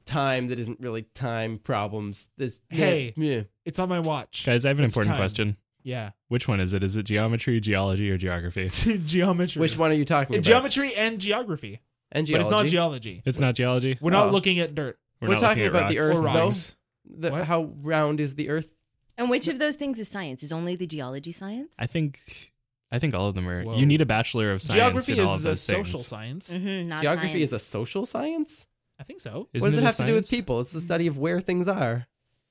Speaker 4: time that isn't really time problems. This yeah,
Speaker 5: Hey.
Speaker 4: yeah.
Speaker 5: It's on my watch.
Speaker 2: Guys, I have an
Speaker 5: It's
Speaker 2: important
Speaker 5: time.
Speaker 2: question.
Speaker 5: Yeah,
Speaker 2: Which one is it? Is it geometry, geology, or geography?
Speaker 5: geometry.
Speaker 4: Which one are you talking about?
Speaker 5: Geometry and geography,
Speaker 4: and
Speaker 5: but
Speaker 4: geology.
Speaker 5: it's not geology.
Speaker 2: It's not geology.
Speaker 5: We're
Speaker 4: Oh.
Speaker 5: not looking at dirt.
Speaker 4: We're,
Speaker 2: not
Speaker 4: talking
Speaker 2: looking
Speaker 4: about
Speaker 2: at
Speaker 4: the
Speaker 2: rocks.
Speaker 4: Earth,
Speaker 5: Or rocks.
Speaker 4: though. The-
Speaker 5: What?
Speaker 4: how round is the Earth?
Speaker 3: And which of those things is science? Is only the geology science?
Speaker 2: I think I think all of them are.
Speaker 5: Whoa.
Speaker 2: You need a bachelor of science
Speaker 5: Geography
Speaker 2: in all
Speaker 5: is
Speaker 2: of
Speaker 5: a
Speaker 2: those things.
Speaker 5: social science.
Speaker 3: Mm-hmm, not
Speaker 4: Geography
Speaker 3: science.
Speaker 4: is a social science.
Speaker 5: I think so.
Speaker 4: what does
Speaker 2: Isn't
Speaker 4: it,
Speaker 2: a
Speaker 4: have to do with
Speaker 2: science?
Speaker 4: people? It's the study of where things are.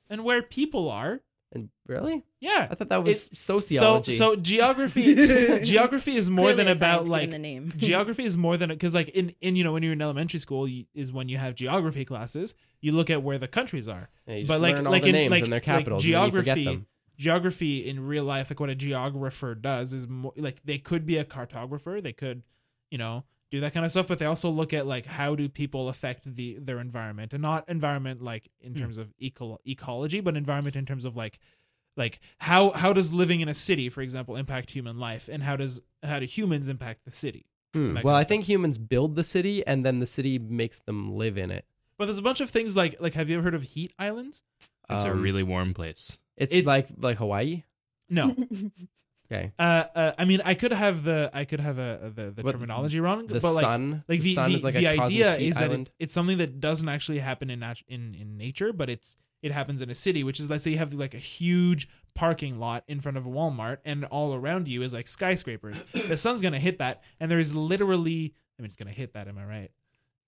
Speaker 5: And where people are,
Speaker 4: And really,
Speaker 5: Yeah.
Speaker 4: I thought that was
Speaker 5: So
Speaker 4: sociology.
Speaker 5: so geography geography is more
Speaker 3: Clearly
Speaker 5: than
Speaker 3: a science
Speaker 5: about
Speaker 3: given
Speaker 5: like
Speaker 3: the name.
Speaker 5: geography is more than because like in in you know when you're in elementary school you, is when you have geography classes you look at where the countries are
Speaker 4: Yeah, you just
Speaker 5: but like
Speaker 4: learn all
Speaker 5: like
Speaker 4: the
Speaker 5: in
Speaker 4: names
Speaker 5: like,
Speaker 4: and their
Speaker 5: like
Speaker 4: capitals, and then you forget
Speaker 5: geography
Speaker 4: them.
Speaker 5: geography in real life like what a geographer does is more like they could be a cartographer they could you know do that kind of stuff but they also look at like how do people affect the their environment and not environment like in
Speaker 4: Hmm.
Speaker 5: terms of eco- ecology but environment in terms of like like how how does living in a city for example impact human life and how does how do humans impact the city
Speaker 4: Hmm.
Speaker 5: that
Speaker 4: Well,
Speaker 5: kind
Speaker 4: I
Speaker 5: of
Speaker 4: think humans build the city, and then the city makes them live in it.
Speaker 5: But there's a bunch of things like like have you ever heard of heat islands?
Speaker 2: It's a
Speaker 4: Um,
Speaker 2: really warm place.
Speaker 4: It's,
Speaker 5: it's-
Speaker 4: like like Hawaii.
Speaker 5: No.
Speaker 4: Okay,
Speaker 5: uh, uh, I mean, I could have the I could have a, the the
Speaker 4: What-
Speaker 5: terminology wrong,
Speaker 4: the
Speaker 5: but like
Speaker 4: sun.
Speaker 5: like
Speaker 4: the,
Speaker 5: the
Speaker 4: sun
Speaker 5: the,
Speaker 4: is like
Speaker 5: the
Speaker 4: a cosmic
Speaker 5: idea
Speaker 4: heat
Speaker 5: is that
Speaker 4: island.
Speaker 5: it, it's something that doesn't actually happen in nat- in in nature, but it's it happens in a city, which is let's say you have like a huge parking lot in front of a Walmart, and all around you is like skyscrapers. the sun's gonna hit that, and there is literally I mean, it's gonna hit that. Am I right?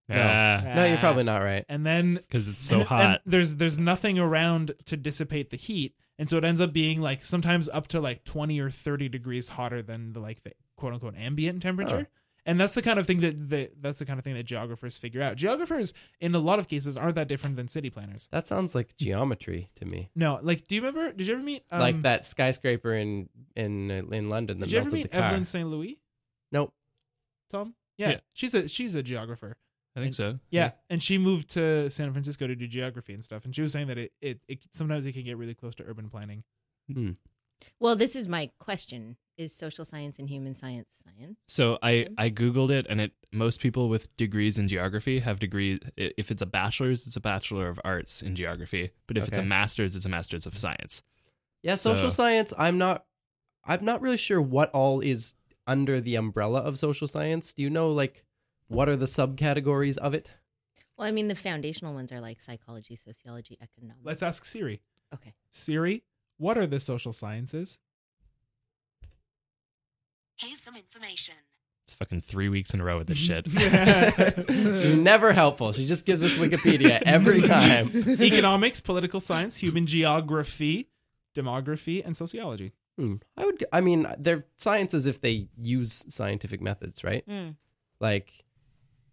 Speaker 4: No.
Speaker 2: Yeah.
Speaker 4: no, you're
Speaker 5: Ah.
Speaker 4: probably not right.
Speaker 5: And then
Speaker 2: Because it's so
Speaker 5: And-
Speaker 2: hot.
Speaker 5: And there's there's nothing around to dissipate the heat, and so it ends up being like sometimes up to like 20 or 30 degrees hotter than the like the quote unquote ambient temperature.
Speaker 4: Oh.
Speaker 5: And that's the kind of thing that, that that's the kind of thing that geographers figure out. Geographers in a lot of cases aren't that different than city planners.
Speaker 4: That sounds like geometry to me.
Speaker 5: No, like do you remember? Did you ever meet um,
Speaker 4: like that skyscraper in in uh, in London that
Speaker 5: Did you ever
Speaker 4: melted
Speaker 5: meet
Speaker 4: the car.
Speaker 5: Evelyn St. Louis?
Speaker 4: Nope.
Speaker 5: Tom. Yeah,
Speaker 2: Yeah.
Speaker 5: she's a she's a geographer.
Speaker 2: I think so.
Speaker 5: Yeah. and she moved to San Francisco to do geography and stuff. And she was saying that it, it, it sometimes it can get really close to urban planning.
Speaker 3: Well, this is my question: Is social science and human science science?
Speaker 2: So I, I googled it, and it most people with degrees in geography have degrees. i- If it's a bachelor's, it's a bachelor of arts in geography. But if it's a
Speaker 4: Okay.
Speaker 2: master's, it's a master's of science.
Speaker 4: Yeah, social
Speaker 2: So-
Speaker 4: science. I'm not. I'm not really sure what all is under the umbrella of social science. Do you know like what are the subcategories of it?
Speaker 3: Well, I mean, the foundational ones are like psychology, sociology, economics.
Speaker 5: Let's ask Siri.
Speaker 3: okay.
Speaker 5: Siri, what are the social sciences?
Speaker 6: Here's some information.
Speaker 2: It's fucking three weeks in a row with this shit.
Speaker 4: Never helpful. She just gives us Wikipedia every time.
Speaker 5: Economics, political science, human geography, demography, and sociology.
Speaker 4: Hmm. I would. I mean, they're sciences if they use scientific methods, right?
Speaker 3: Hmm.
Speaker 4: Like,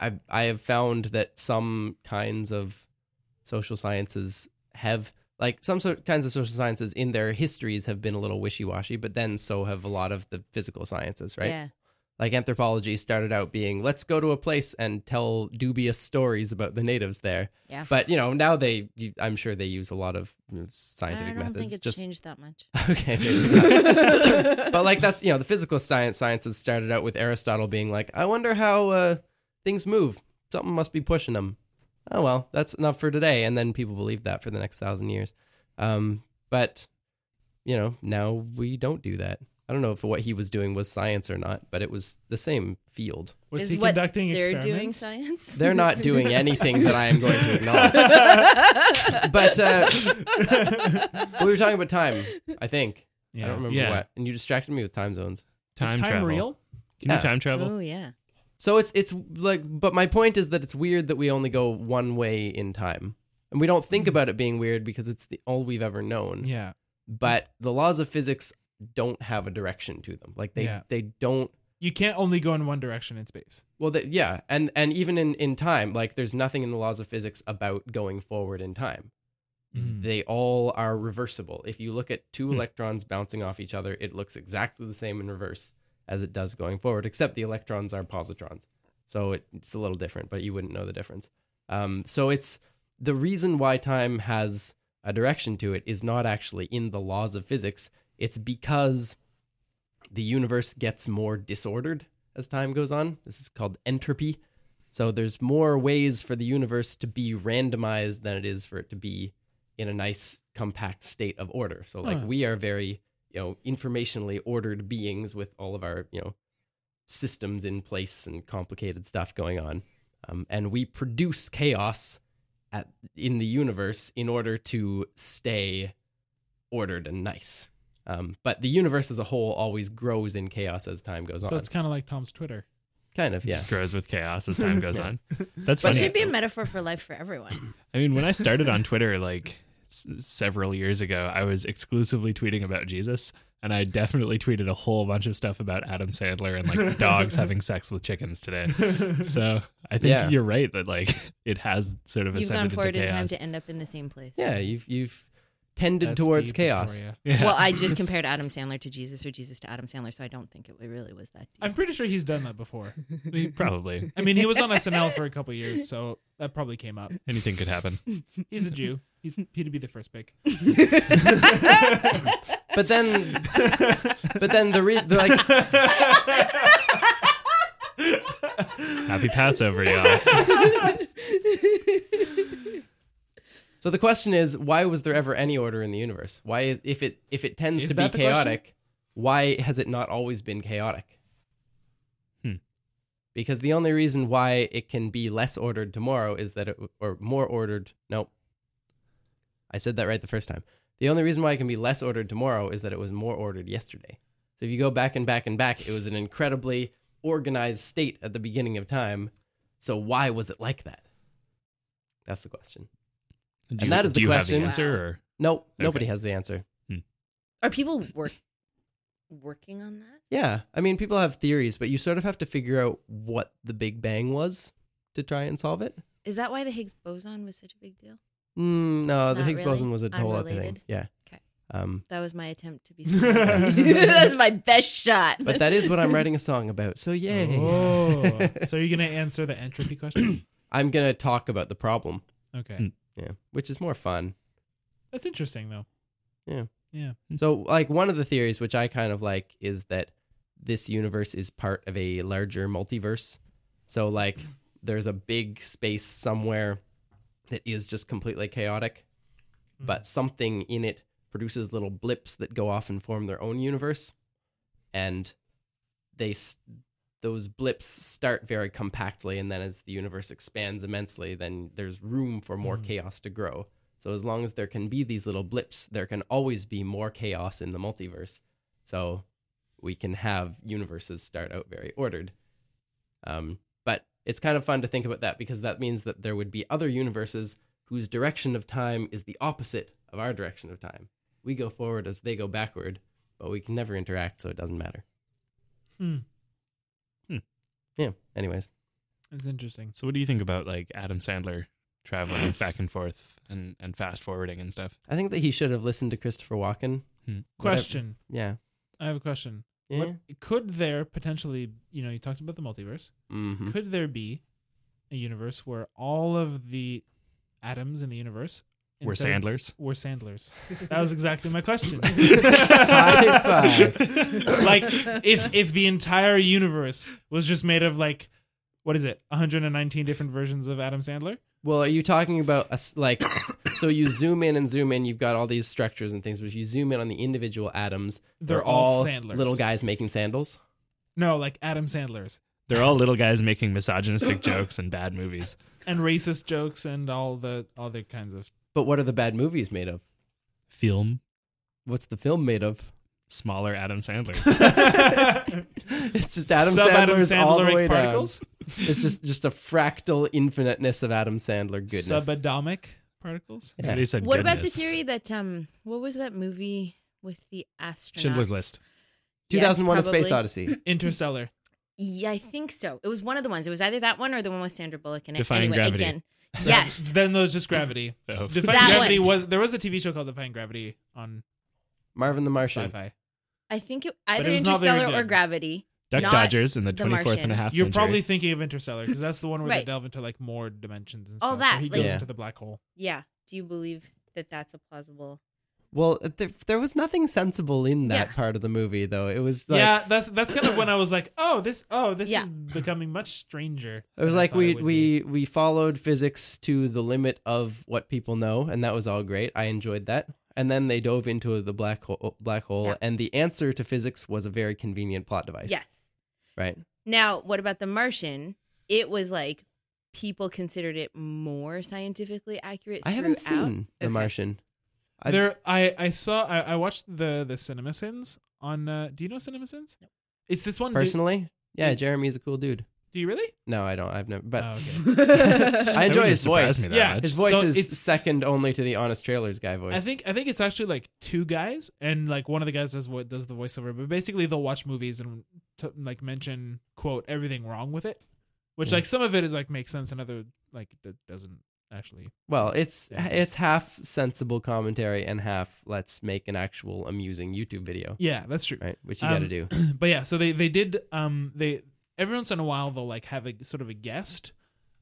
Speaker 4: I I have found that some kinds of social sciences have like some so- kinds of social sciences in their histories have been a little wishy washy, but then so have a lot of the physical sciences, right?
Speaker 3: Yeah.
Speaker 4: Like anthropology started out being let's go to a place and tell dubious stories about the natives there,
Speaker 3: Yeah.
Speaker 4: but you know now they you- I'm sure they use a lot of you know,
Speaker 3: I
Speaker 4: scientific
Speaker 3: don't
Speaker 4: methods.
Speaker 3: think it's
Speaker 4: just
Speaker 3: changed that much.
Speaker 4: Okay. maybe not. but like that's you know the physical science sciences started out with Aristotle being like, I wonder how uh, things move. Something must be pushing them. Oh well, that's enough for today. And then people believed that for the next thousand years. Um, but you know now we don't do that. I don't know if what he was doing was science or not, but it was the same field.
Speaker 5: Was
Speaker 3: is
Speaker 5: he
Speaker 3: what
Speaker 5: conducting
Speaker 3: they're
Speaker 5: experiments?
Speaker 3: doing science?
Speaker 4: They're not doing anything that I am going to acknowledge. but uh, we were talking about time. I think I
Speaker 5: Yeah.
Speaker 4: don't remember
Speaker 2: Yeah.
Speaker 4: what. And you distracted me with time zones.
Speaker 5: Is
Speaker 2: time,
Speaker 5: time
Speaker 2: travel.
Speaker 5: real?
Speaker 2: Can
Speaker 4: Yeah.
Speaker 2: you time travel?
Speaker 3: oh yeah.
Speaker 4: So it's it's like, but my point is that it's weird that we only go one way in time, and we don't think about it being weird because it's the all we've ever known.
Speaker 5: Mm-hmm. Yeah.
Speaker 4: But the laws of physics don't have a direction to them. Like they
Speaker 5: Yeah.
Speaker 4: they don't.
Speaker 5: You can't only go in one direction in space.
Speaker 4: Well, they, yeah, and and even in in time, like there's nothing in the laws of physics about going forward in time.
Speaker 5: Mm.
Speaker 4: They all are reversible. If you look at two electrons bouncing off each other, it looks exactly the same in reverse as it does going forward, except the electrons are positrons. So it, it's a little different, but you wouldn't know the difference. Um, so it's the reason why time has a direction to it is not actually in the laws of physics. It's because the universe gets more disordered as time goes on. This is called entropy. So there's more ways for the universe to be randomized than it is for it to be in a nice compact state of order. So like
Speaker 5: Huh.
Speaker 4: we are very, you know, informationally ordered beings with all of our, you know, systems in place and complicated stuff going on. Um, and we produce chaos at, in the universe in order to stay ordered and nice. Um, but the universe as a whole always grows in chaos as time goes
Speaker 5: So
Speaker 4: on.
Speaker 5: it's kind of like Tom's Twitter.
Speaker 4: kind of, yeah.
Speaker 2: Just grows with chaos as time goes on. That's
Speaker 3: But it
Speaker 2: funny.
Speaker 3: should be a metaphor for life for everyone.
Speaker 2: I mean, when I started on Twitter, like s- several years ago, I was exclusively tweeting about Jesus, and I definitely tweeted a whole bunch of stuff about Adam Sandler and like dogs having sex with chickens today. So I think
Speaker 4: Yeah.
Speaker 2: you're right that like it has sort of
Speaker 3: You've gone
Speaker 2: ascended
Speaker 3: forward
Speaker 2: into
Speaker 3: in time
Speaker 2: chaos.
Speaker 3: to end up in the same place.
Speaker 4: Yeah, you've you've tended towards chaos.
Speaker 2: yeah.
Speaker 3: Well, I just compared Adam Sandler to Jesus or Jesus to Adam Sandler, so I don't think it really was that deep.
Speaker 5: I'm pretty sure he's done that before.
Speaker 2: probably
Speaker 5: I mean, he was on SNL for a couple years, so that probably came up.
Speaker 2: anything could happen.
Speaker 5: He's a Jew. He's, he'd be the first pick.
Speaker 4: But then, but then the, re- the like
Speaker 2: Happy Passover, y'all.
Speaker 4: So the question is, why was there ever any order in the universe? Why, if it if it tends
Speaker 5: Is
Speaker 4: to be
Speaker 5: that the question?
Speaker 4: chaotic, why has it not always been chaotic?
Speaker 2: Hmm.
Speaker 4: Because the only reason why it can be less ordered tomorrow is that it or more ordered. No, I said that right the first time. The only reason why it can be less ordered tomorrow is that it was more ordered yesterday. So if you go back and back and back, it was an incredibly organized state at the beginning of time. So why was it like that? That's the question.
Speaker 2: Do
Speaker 4: that is
Speaker 2: do
Speaker 4: the
Speaker 2: you
Speaker 4: question.
Speaker 2: Have the answer, or
Speaker 4: Nope,
Speaker 2: Okay.
Speaker 4: nobody has the answer.
Speaker 3: Are people work working on that?
Speaker 4: Yeah, I mean, people have theories, but you sort of have to figure out what the Big Bang was to try and solve it.
Speaker 3: Is that why the Higgs boson was such a big deal?
Speaker 4: Mm, no, the
Speaker 3: Not
Speaker 4: Higgs
Speaker 3: really.
Speaker 4: boson was a whole other thing.
Speaker 3: Unrelated.
Speaker 4: Yeah.
Speaker 3: Okay.
Speaker 4: Um,
Speaker 3: That was my attempt to be. That's my best shot.
Speaker 4: but that is what I'm writing a song about. So yay!
Speaker 5: Oh, so are you gonna answer the entropy question?
Speaker 4: I'm gonna talk about the problem.
Speaker 5: Okay,
Speaker 4: Yeah, which is more fun.
Speaker 5: that's interesting though.
Speaker 4: So, like, one of the theories, which I kind of like, is that this universe is part of a larger multiverse. So, like, there's a big space somewhere that is just completely chaotic, but something in it produces little blips that go off and form their own universe. And they, s- those blips start very compactly. And then as the universe expands immensely, then there's room for more chaos to grow. So as long as there can be these little blips, there can always be more chaos in the multiverse. So we can have universes start out very ordered. Um, but it's kind of fun to think about that because that means that there would be other universes whose direction of time is the opposite of our direction of time. We go forward as they go backward, but we can never interact, so it doesn't matter.
Speaker 5: Hmm.
Speaker 2: Hmm.
Speaker 4: Yeah. Anyways,
Speaker 5: That's interesting.
Speaker 2: so what do you think about like Adam Sandler traveling back and forth and and fast forwarding and stuff?
Speaker 4: I think that he should have listened to Christopher Walken. Whatever.
Speaker 5: Question.
Speaker 4: Yeah.
Speaker 5: I have a question.
Speaker 4: Yeah.
Speaker 5: What, could there potentially, you know, you talked about the multiverse.
Speaker 4: Mm-hmm.
Speaker 5: Could there be a universe where all of the atoms in the universe
Speaker 2: We're
Speaker 5: instead of-
Speaker 2: Sandlers.
Speaker 5: Were Sandlers. That was exactly my question.
Speaker 4: High five.
Speaker 5: like if if the entire universe was just made of like what is it 119 different versions of adam sandler
Speaker 4: Well, are you talking about a s like, so you zoom in and zoom in, you've got all these structures and things, but if you zoom in on the individual atoms,
Speaker 5: They're all Sandlers.
Speaker 4: little guys making sandals.
Speaker 5: no like adam sandler's
Speaker 2: They're all little guys making misogynistic jokes and bad movies.
Speaker 5: and racist jokes and all the other kinds of
Speaker 4: But what are the bad movies made of?
Speaker 2: Film
Speaker 4: What's the film made of?
Speaker 2: smaller Adam Sandlers.
Speaker 4: It's just Adam
Speaker 5: Sub Adam
Speaker 4: Sandler's all the
Speaker 5: Sandleric
Speaker 4: way down.
Speaker 5: particles?
Speaker 4: It's just just a fractal infiniteness of Adam Sandler goodness.
Speaker 5: subatomic particles
Speaker 4: Yeah.
Speaker 2: They said
Speaker 3: what about the
Speaker 2: goodness.
Speaker 3: theory that um, what was that movie with the astronaut?
Speaker 2: Schindler's List.
Speaker 4: 2001: A Space
Speaker 3: probably.
Speaker 4: Odyssey.
Speaker 5: interstellar
Speaker 3: Yeah, I think so. It was one of the ones. It was either that one or the one with Sandra Bullock in it.
Speaker 2: Defying
Speaker 3: anyway,
Speaker 2: Gravity.
Speaker 3: again, yes.
Speaker 5: then there was just gravity
Speaker 2: So-
Speaker 5: defying
Speaker 3: That
Speaker 5: gravity
Speaker 3: one.
Speaker 5: was there was a tv show called defying gravity on
Speaker 4: Marvin the Martian.
Speaker 5: sci-fi
Speaker 3: I think it, either
Speaker 5: it was not very
Speaker 3: Interstellar or
Speaker 5: good.
Speaker 3: Gravity.
Speaker 2: Duck
Speaker 3: Not
Speaker 2: Dodgers in the
Speaker 3: The
Speaker 2: 24th and
Speaker 3: Martian.
Speaker 2: a half
Speaker 5: you're
Speaker 2: century.
Speaker 5: probably thinking of interstellar because that's the one where they
Speaker 3: Right.
Speaker 5: delve into like more dimensions and stuff
Speaker 3: All
Speaker 5: where
Speaker 3: that,
Speaker 5: he
Speaker 3: like-
Speaker 5: goes
Speaker 4: Yeah.
Speaker 5: into the black hole
Speaker 3: Yeah. Do you believe that that's a plausible?
Speaker 4: Well, uh, there, there was nothing sensible in that
Speaker 3: Yeah.
Speaker 4: part of the movie, though. It was like
Speaker 5: yeah, that's that's kind of when I was like, oh, this, oh, this
Speaker 3: Yeah.
Speaker 5: is becoming much stranger.
Speaker 4: It was
Speaker 5: than I
Speaker 4: like
Speaker 5: thought
Speaker 4: we
Speaker 5: it would be.
Speaker 4: we we followed physics to the limit of what people know, and that was all great. I enjoyed that. And then they dove into the black hole, black hole,
Speaker 3: Yeah.
Speaker 4: and the answer to physics was a very convenient plot device.
Speaker 3: Yes.
Speaker 4: right.
Speaker 3: Now, what about The Martian? It was like people considered it more scientifically accurate.
Speaker 4: I haven't
Speaker 3: throughout.
Speaker 4: seen The
Speaker 3: Okay. Oh,
Speaker 4: Martian. I-
Speaker 5: there. I I saw I, I watched the the CinemaSins on. Uh, do you know CinemaSins? It's this one. dude- Mm.
Speaker 4: Personally, yeah, Jeremy's a cool dude.
Speaker 5: Do you really?
Speaker 4: No, I don't. I've never. But
Speaker 5: Oh, okay.
Speaker 4: I enjoy
Speaker 2: wouldn't
Speaker 4: his
Speaker 2: surprise
Speaker 4: voice.
Speaker 2: me that
Speaker 5: Yeah,
Speaker 2: much.
Speaker 4: His voice
Speaker 5: So
Speaker 4: is
Speaker 5: it's-
Speaker 4: second only to the Honest Trailers guy voice.
Speaker 5: I think I think it's actually like two guys, and like one of the guys does what does the voiceover. But basically, they'll watch movies and t- like mention quote everything wrong with it, which
Speaker 4: Hmm.
Speaker 5: like some of it is like makes sense, and other like it doesn't actually.
Speaker 4: well, it's
Speaker 5: Yeah, it's-
Speaker 4: it's half sensible commentary and half let's make an actual amusing YouTube video,
Speaker 5: Yeah, that's true.
Speaker 4: right? Which you
Speaker 5: Um,
Speaker 4: got to do.
Speaker 5: but yeah, so they they did um they every once in a while they'll like have a sort of a guest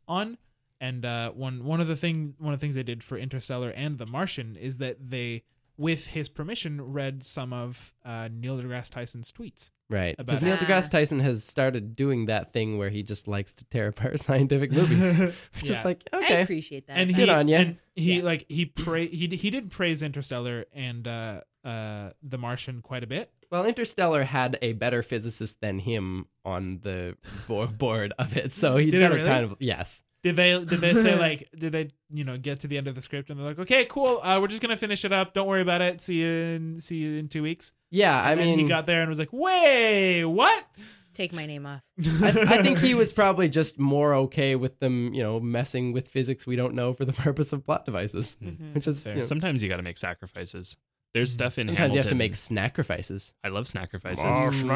Speaker 5: on and uh one one of the thing one of the things they did for Interstellar and The Martian is that they with his permission read some of uh Neil deGrasse Tyson's tweets.
Speaker 4: Right.
Speaker 5: About
Speaker 4: Because
Speaker 5: it.
Speaker 4: Neil
Speaker 3: Yeah.
Speaker 4: deGrasse Tyson has started doing that thing where he just likes to tear apart scientific movies. Which
Speaker 5: Yeah.
Speaker 4: is like,
Speaker 3: I
Speaker 4: okay.
Speaker 3: appreciate that.
Speaker 5: and
Speaker 3: but-
Speaker 5: he
Speaker 4: Good on ya.
Speaker 5: and he
Speaker 3: Yeah.
Speaker 5: like he pra- he d- he did praise Interstellar and uh uh The Martian quite a bit.
Speaker 4: Well, Interstellar had a better physicist than him on the bo- board of it. So he
Speaker 5: Did it
Speaker 4: got a
Speaker 5: really?
Speaker 4: kind of, yes.
Speaker 5: Did they did they say like did they you know get to the end of the script and they're like okay cool uh, we're just gonna finish it up don't worry about it see you in see you in two weeks
Speaker 4: Yeah, I
Speaker 5: and
Speaker 4: mean,
Speaker 5: he got there and was like wait what
Speaker 3: Take my name off.
Speaker 4: I, I think he was probably just more okay with them, you know, messing with physics we don't know for the purpose of plot devices,
Speaker 2: Hmm.
Speaker 4: which is
Speaker 5: Fair.
Speaker 4: you know,
Speaker 2: Sometimes you got to make sacrifices. There's stuff in
Speaker 4: sometimes
Speaker 2: Hamilton.
Speaker 4: you have to make sacrifices.
Speaker 2: I love sacrifices.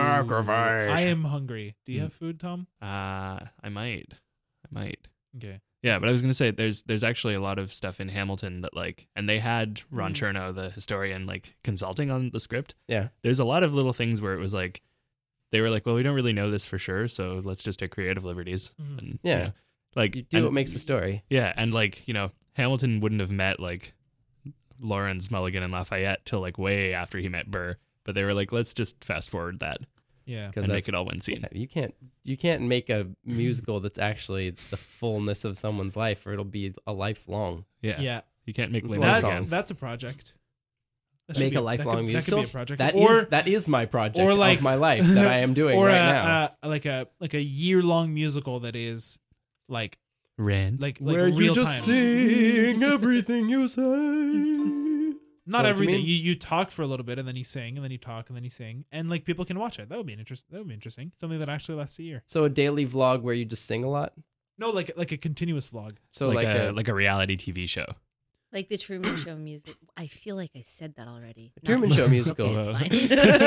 Speaker 5: I am hungry do
Speaker 4: Hmm.
Speaker 5: you have food Tom
Speaker 2: Uh, I might. I might.
Speaker 5: okay
Speaker 2: Yeah, but I was gonna say there's there's actually a lot of stuff in Hamilton that like, and they had Ron Chernow, the historian, like consulting on the script.
Speaker 4: Mm. Yeah.
Speaker 2: There's a lot of little things where it was like, they were like, well, we don't really know this for sure, so let's just take creative liberties.
Speaker 5: Mhm.
Speaker 2: And,
Speaker 4: Mm-hmm. Yeah.
Speaker 2: you know, like
Speaker 4: You do
Speaker 2: and-
Speaker 4: what makes the story.
Speaker 2: Yeah, and like you know, Hamilton wouldn't have met like Lawrence Mulligan and Lafayette till like way after he met Burr. But they were like, let's just fast forward that
Speaker 5: yeah
Speaker 4: Because
Speaker 2: and
Speaker 4: that's
Speaker 2: make it all one scene.
Speaker 4: Yeah, you can't you can't make a musical that's actually the fullness of someone's life, or it'll be a lifelong.
Speaker 2: Yeah,
Speaker 5: yeah,
Speaker 2: you can't make
Speaker 4: It's
Speaker 2: Lin
Speaker 4: all
Speaker 5: That's,
Speaker 4: songs.
Speaker 5: that's a project That should
Speaker 4: Make
Speaker 5: be-
Speaker 4: a
Speaker 5: that
Speaker 4: lifelong
Speaker 5: could-
Speaker 4: musical.
Speaker 5: that could be a project
Speaker 4: That
Speaker 5: or
Speaker 4: is- that is my project
Speaker 5: or like-
Speaker 4: of my life that I am doing
Speaker 5: or
Speaker 4: right
Speaker 5: a,
Speaker 4: now.
Speaker 5: Uh, like a like a year long musical that is like
Speaker 2: Rand.
Speaker 5: like like real time
Speaker 4: sing everything you say.
Speaker 5: not
Speaker 4: Know what you
Speaker 5: everything.
Speaker 4: mean?
Speaker 5: You, you talk for a little bit and then you sing and then you talk and then you sing and like people can watch it. That would be an interest. That would be interesting. Something that actually lasts a year.
Speaker 4: So a daily vlog where you just sing a lot.
Speaker 5: No, like like a continuous vlog.
Speaker 4: So
Speaker 2: like,
Speaker 4: like, uh,
Speaker 2: a, like a reality TV show.
Speaker 3: Like the Truman Show music. I feel like I said that already.
Speaker 4: The Truman
Speaker 3: Not-
Speaker 4: Show musical.
Speaker 3: Okay, it's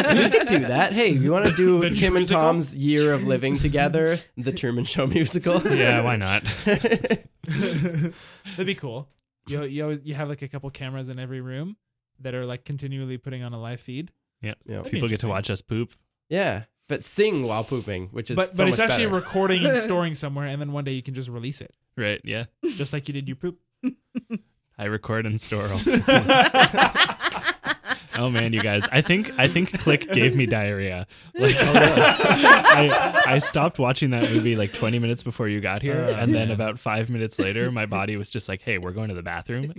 Speaker 3: fine.
Speaker 4: we could do that. Hey, you want to do
Speaker 5: The
Speaker 4: Tim and
Speaker 5: Trusical?
Speaker 4: Tom's year of living together? The Truman Show musical.
Speaker 2: Yeah, why not?
Speaker 5: That'd be cool. You you always you have like a couple cameras in every room that are like continually putting on a live feed.
Speaker 4: Yeah.
Speaker 5: That'd be
Speaker 2: People get to
Speaker 5: interesting.
Speaker 2: watch us poop.
Speaker 4: Yeah, but sing while pooping, which is
Speaker 5: but
Speaker 4: so
Speaker 5: but
Speaker 4: much
Speaker 5: it's actually
Speaker 4: better.
Speaker 5: recording and storing somewhere, and then one day you can just release it,
Speaker 2: Right? Yeah.
Speaker 5: just like you did your poop.
Speaker 2: I record and store. all- oh man, you guys! I think I think Click gave me diarrhea. Like, I, I stopped watching that movie like 20 minutes before you got here, and then about five minutes later, my body was just like, "Hey, we're going to the bathroom,"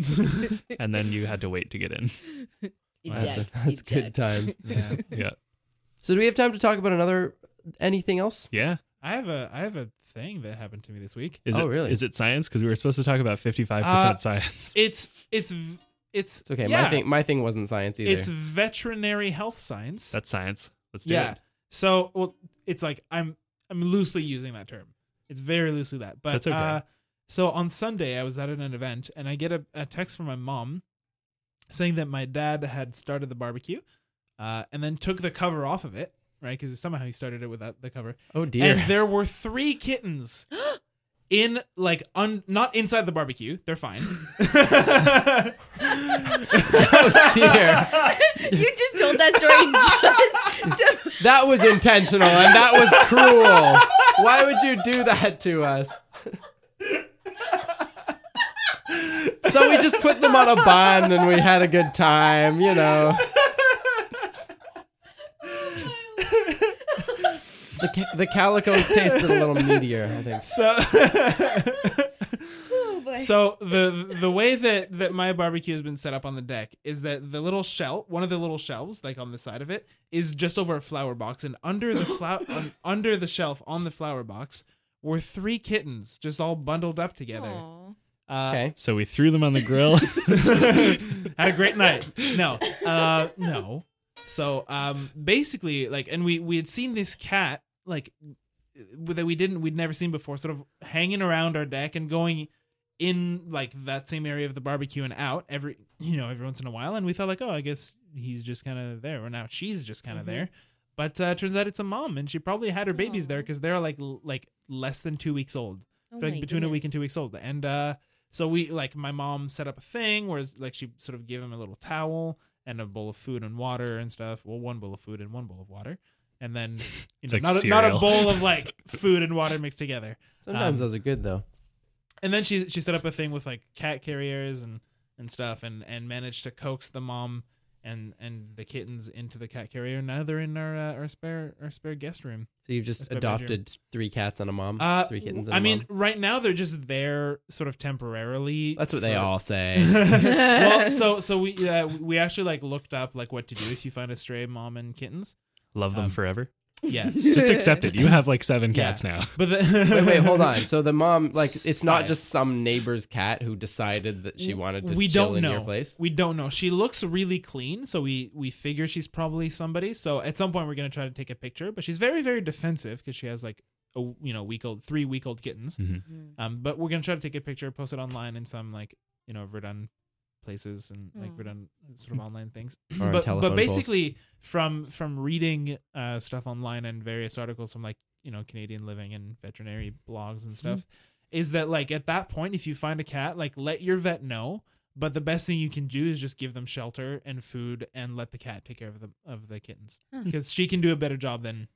Speaker 2: and then you had to wait to get in.
Speaker 4: That's, a,
Speaker 3: Eject,
Speaker 4: that's good
Speaker 3: eject.
Speaker 4: time.
Speaker 5: Yeah,
Speaker 2: Yeah,
Speaker 4: So do we have time to talk about another anything else?
Speaker 2: yeah.
Speaker 5: I have a I have a thing that happened to me this week.
Speaker 2: Is
Speaker 4: Oh,
Speaker 2: it
Speaker 4: really?
Speaker 2: Is it science? Because we were supposed to talk about 55
Speaker 5: Uh,
Speaker 2: percent science.
Speaker 5: It's it's v- it's,
Speaker 4: It's okay.
Speaker 5: yeah,
Speaker 4: My thing my thing wasn't science either.
Speaker 5: It's veterinary health science.
Speaker 2: That's science. Let's do
Speaker 5: yeah.
Speaker 2: it.
Speaker 5: So, well, it's like I'm I'm loosely using that term. It's very loosely that, but
Speaker 2: That's okay.
Speaker 5: uh, so on Sunday I was at an event and I get a, a text from my mom saying that my dad had started the barbecue, uh, and then took the cover off of it, right? Because somehow he started it without the cover,
Speaker 4: oh dear.
Speaker 5: and there were three kittens. In like un not inside the barbecue, they're fine.
Speaker 4: oh dear.
Speaker 3: you just told that story just, just
Speaker 4: That was intentional and that was cruel. Why would you do that to us? so we just put them on a bond and we had a good time, you know. The, ca- the calicos tasted a little meatier, I think.
Speaker 5: so
Speaker 3: oh boy.
Speaker 5: So the the way that that my barbecue has been set up on the deck is that the little shell, one of the little shelves, like on the side of it, is just over a flower box, and under the flower, um, under the shelf on the flower box, were three kittens just all bundled up together.
Speaker 3: Aw.
Speaker 5: Uh,
Speaker 4: Okay.
Speaker 2: So we threw them on the grill.
Speaker 5: had a great night. No, uh, no. So um, basically, like, and we we had seen this cat like that we didn't we'd never seen before, sort of hanging around our deck and going in like that same area of the barbecue and out every you know every once in a while, and we felt like oh I guess he's just kind of there, or now she's just kind of there. But uh, turns out it's a mom, and she probably had her babies there
Speaker 3: Aw.
Speaker 5: because they're like l- like less than two weeks old
Speaker 3: Oh
Speaker 5: like
Speaker 3: my
Speaker 5: between a week
Speaker 3: goodness.
Speaker 5: and two weeks old. And uh, so we like my mom set up a thing where like she sort of gave him a little towel and a bowl of food and water and stuff. Well, one bowl of food and one bowl of water, and then you
Speaker 2: It's
Speaker 5: know,
Speaker 2: like
Speaker 5: not a, not a
Speaker 2: cereal.
Speaker 5: bowl of like food and water mixed together.
Speaker 4: Sometimes
Speaker 5: Um,
Speaker 4: those are good though.
Speaker 5: And then she she set up a thing with like cat carriers and and stuff, and and managed to coax the mom. And, and the kittens into the cat carrier. Now they're in our uh, our spare our spare guest room.
Speaker 4: So you've just
Speaker 5: that's my bedroom.
Speaker 4: adopted three cats and a mom,
Speaker 5: Uh,
Speaker 4: three kittens. And
Speaker 5: I
Speaker 4: a
Speaker 5: mean,
Speaker 4: mom.
Speaker 5: right now they're just there, sort of temporarily.
Speaker 4: that's what they
Speaker 5: for-
Speaker 4: all say.
Speaker 5: well, so so we uh, we actually like looked up like what to do if you find a stray mom and kittens.
Speaker 2: Love them
Speaker 5: Um,
Speaker 2: forever.
Speaker 5: Yes,
Speaker 2: Just accept it. You have like seven
Speaker 5: Yeah.
Speaker 2: cats now.
Speaker 5: but the-
Speaker 4: wait, wait, hold on. So the mom, like, it's not
Speaker 5: Five.
Speaker 4: just some neighbor's cat who decided that she wanted to
Speaker 5: we
Speaker 4: chill
Speaker 5: don't
Speaker 4: in
Speaker 5: know.
Speaker 4: your place.
Speaker 5: We don't know. She looks really clean, so we we figure she's probably somebody. So at some point we're gonna try to take a picture, but she's very very defensive because she has like a you know week old three week old kittens.
Speaker 2: Mhm.
Speaker 5: Um, but we're gonna try to take a picture, post it online in some like you know Verdun places and like
Speaker 3: Mm.
Speaker 5: Verdun sort of online things.
Speaker 4: Or on
Speaker 5: but
Speaker 4: telephone
Speaker 5: but
Speaker 4: poles.
Speaker 5: basically from from reading uh, stuff online and various articles from like you know Canadian living and veterinary blogs
Speaker 3: Mm-hmm.
Speaker 5: and stuff, is that like at that point if you find a cat, like let your vet know. But the best thing you can do is just give them shelter and food and let the cat take care of the of the kittens
Speaker 3: Huh.
Speaker 5: because she can do a better job than,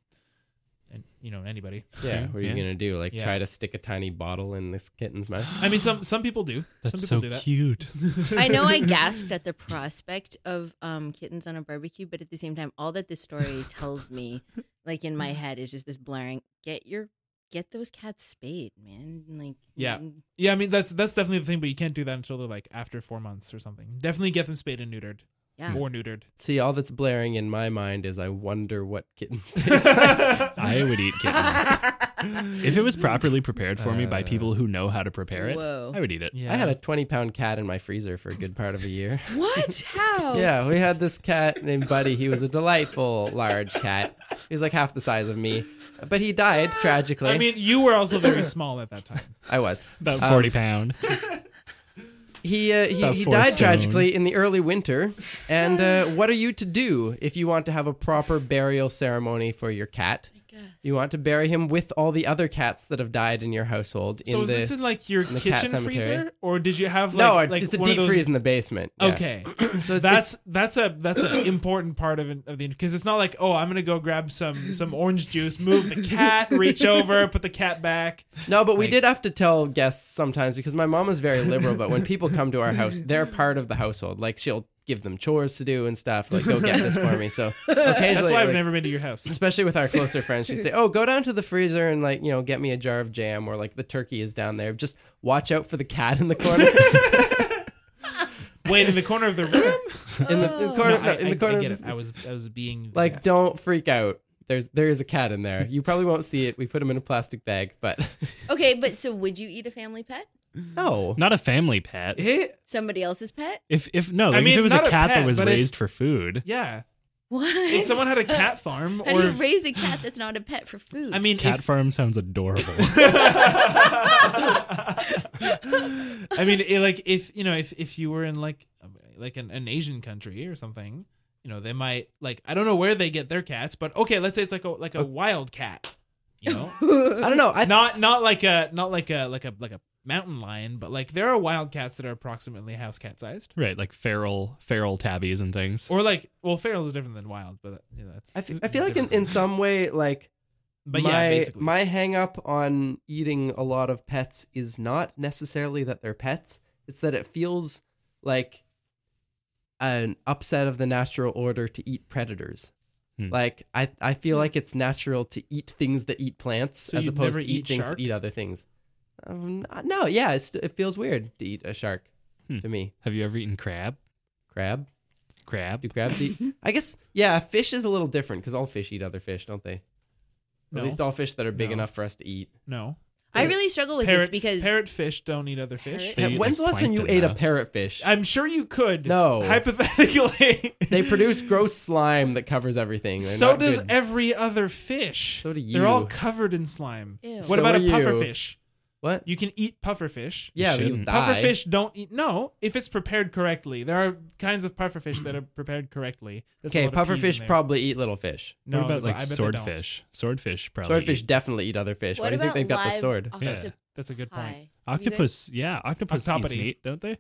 Speaker 5: and you know anybody.
Speaker 4: Yeah, what are you
Speaker 2: Yeah.
Speaker 4: gonna do? Like,
Speaker 5: Yeah.
Speaker 4: try to stick a tiny bottle in this kitten's mouth?
Speaker 5: I mean, some some people do.
Speaker 2: That's so
Speaker 5: some people do that.
Speaker 2: cute.
Speaker 3: Mm. I know I gasped at the prospect of um, kittens on a barbecue, but at the same time, all that this story tells me, like in my head, is just this blaring: get your, get those cats spayed, man. Like,
Speaker 5: Yeah.
Speaker 3: mm,
Speaker 5: Yeah, I mean that's that's definitely the thing, but you can't do that until they're like after four months or something. Definitely get them spayed and neutered.
Speaker 3: Yeah.
Speaker 5: Or neutered.
Speaker 4: See, all that's blaring in my mind is, I wonder what kittens taste like.
Speaker 2: I would eat kitten.
Speaker 3: mm.
Speaker 2: if it was properly prepared for me by people who know how to prepare it,
Speaker 3: Whoa.
Speaker 2: I would eat it.
Speaker 5: Uh. Yeah.
Speaker 4: I had a 20 pound cat in my freezer for a good part of a year.
Speaker 3: what? How?
Speaker 4: Yeah, we had this cat named Buddy. He was a delightful large cat. He was like half the size of me, but he died tragically.
Speaker 5: I mean, you were also very small at that time.
Speaker 4: I was.
Speaker 2: About
Speaker 4: Um,
Speaker 2: forty pound.
Speaker 4: He uh, he,
Speaker 2: About
Speaker 4: he
Speaker 2: four
Speaker 4: died
Speaker 2: stone.
Speaker 4: tragically in the early winter. And uh, what are you to do if you want to have a proper burial ceremony for your cat? You want to bury him with all the other cats that have died in your household.
Speaker 5: So
Speaker 4: in
Speaker 5: is
Speaker 4: the,
Speaker 5: this in like your
Speaker 4: the cat
Speaker 5: kitchen
Speaker 4: cemetery.
Speaker 5: freezer? Or did you have like,
Speaker 4: no,
Speaker 5: like
Speaker 4: it's a
Speaker 5: one of
Speaker 4: deep
Speaker 5: those-
Speaker 4: freeze in the basement. Yeah.
Speaker 5: Okay.
Speaker 4: so it's,
Speaker 5: that's that's a that's an important part of, it, of the because it's not like oh I'm gonna go grab some some orange juice move the cat reach over put the cat back
Speaker 4: No, but we
Speaker 5: Like-
Speaker 4: did have to tell guests sometimes because my mom is very liberal. But when people come to our house, they're part of the household. Like she'll give them chores to do and stuff. Like go get this for me. So occasionally,
Speaker 5: that's why I've
Speaker 4: like,
Speaker 5: never been to your house
Speaker 4: especially with our closer friends, she'd say, "Oh, go down to the freezer and like you know get me a jar of jam or like the turkey is down there. Just watch out for the cat in the corner
Speaker 5: wait in the corner of the room
Speaker 4: in the, in the corner
Speaker 5: No,
Speaker 4: no,
Speaker 5: I,
Speaker 4: in the
Speaker 5: I- I
Speaker 4: corner.
Speaker 5: get
Speaker 4: of
Speaker 5: it
Speaker 4: the-
Speaker 5: I was I was being
Speaker 4: like
Speaker 5: yes.
Speaker 4: don't freak out." There's there is a cat in there. You probably won't see it. We put him in a plastic bag, but
Speaker 3: Okay, but so would you eat a family pet?
Speaker 4: no.
Speaker 2: Not a family pet.
Speaker 3: Somebody else's pet?
Speaker 2: If if no,
Speaker 5: I
Speaker 2: like
Speaker 5: mean,
Speaker 2: if it was
Speaker 5: not
Speaker 2: a
Speaker 5: a
Speaker 2: cat
Speaker 5: pet,
Speaker 2: that was
Speaker 5: but if-
Speaker 2: raised for food.
Speaker 5: yeah
Speaker 3: What?
Speaker 5: if someone had a cat farm
Speaker 3: How
Speaker 5: or
Speaker 3: do you
Speaker 5: if-
Speaker 3: raise a cat that's not a pet for food?
Speaker 5: I mean
Speaker 2: Cat
Speaker 5: if-
Speaker 2: farm sounds adorable.
Speaker 5: I mean, it, like if you know, if if you were in like like an, an Asian country or something, you know, they might like I don't know where they get their cats, but okay, let's say it's like a like a wild cat, you know,
Speaker 4: I don't know. I
Speaker 5: not not like a not like a like a like a mountain lion, but like there are wild cats that are approximately house cat sized,
Speaker 2: right, like feral feral tabbies and things.
Speaker 5: or like well, feral is different than wild, but you know, that's
Speaker 4: I fe- I feel like in, in
Speaker 5: different.
Speaker 4: some way like
Speaker 5: but
Speaker 4: my,
Speaker 5: yeah, basically,
Speaker 4: my hang up on eating a lot of pets is not necessarily that they're pets. It's that it feels like an upset of the natural order to eat predators.
Speaker 2: Hmm.
Speaker 4: Like I, I feel like it's natural to eat things that eat plants
Speaker 5: So
Speaker 4: as
Speaker 5: you'd
Speaker 4: opposed
Speaker 5: never
Speaker 4: to eat,
Speaker 5: eat
Speaker 4: things
Speaker 5: shark?
Speaker 4: that eat other things. Um, no, yeah, it's, it feels weird to eat a shark
Speaker 2: Hmm.
Speaker 4: to me.
Speaker 2: Have you ever eaten crab?
Speaker 4: Crab,
Speaker 2: Crab.
Speaker 4: do crabs eat? I guess yeah. Fish is a little different because all fish eat other fish, don't they?
Speaker 5: no,
Speaker 4: At least all fish that are big
Speaker 5: No.
Speaker 4: enough for us to eat.
Speaker 5: no,
Speaker 3: I really struggle with this
Speaker 5: Parrot,
Speaker 3: because
Speaker 5: parrot fish don't eat other fish.
Speaker 3: Parrot-
Speaker 2: They eat,
Speaker 4: When's
Speaker 2: like,
Speaker 4: the last time you
Speaker 2: plankton,
Speaker 4: ate a
Speaker 2: huh?
Speaker 4: parrotfish?
Speaker 5: I'm sure you could.
Speaker 4: No.
Speaker 5: Hypothetically.
Speaker 4: They produce gross slime that covers everything. They're
Speaker 5: so
Speaker 4: not
Speaker 5: does
Speaker 4: good.
Speaker 5: every other fish.
Speaker 4: So do
Speaker 5: They're all
Speaker 4: you.
Speaker 5: covered in slime.
Speaker 3: Ew.
Speaker 5: What
Speaker 4: So
Speaker 5: about a
Speaker 4: are you.
Speaker 5: pufferfish?
Speaker 4: what?
Speaker 5: You can eat pufferfish.
Speaker 4: yeah, but you
Speaker 2: shouldn't.
Speaker 4: die.
Speaker 5: Pufferfish don't eat. No, if it's prepared correctly, there are kinds of pufferfish that are prepared correctly. There's a
Speaker 4: Okay,
Speaker 5: lot of peas in
Speaker 4: pufferfish
Speaker 5: there.
Speaker 4: probably eat little fish.
Speaker 5: No,
Speaker 2: what about
Speaker 5: I
Speaker 2: like
Speaker 5: bet they don't.
Speaker 2: swordfish? Swordfish probably.
Speaker 4: Swordfish
Speaker 2: eat-
Speaker 4: definitely eat other fish. Why
Speaker 3: what
Speaker 4: do you think
Speaker 3: about
Speaker 4: they've got the
Speaker 3: live
Speaker 4: sword?
Speaker 2: Yeah.
Speaker 3: octopi?
Speaker 5: That's a good point.
Speaker 3: Have you
Speaker 2: Octopus, yeah, octopus eats
Speaker 5: Octopody.
Speaker 2: meat, don't they?
Speaker 3: guys-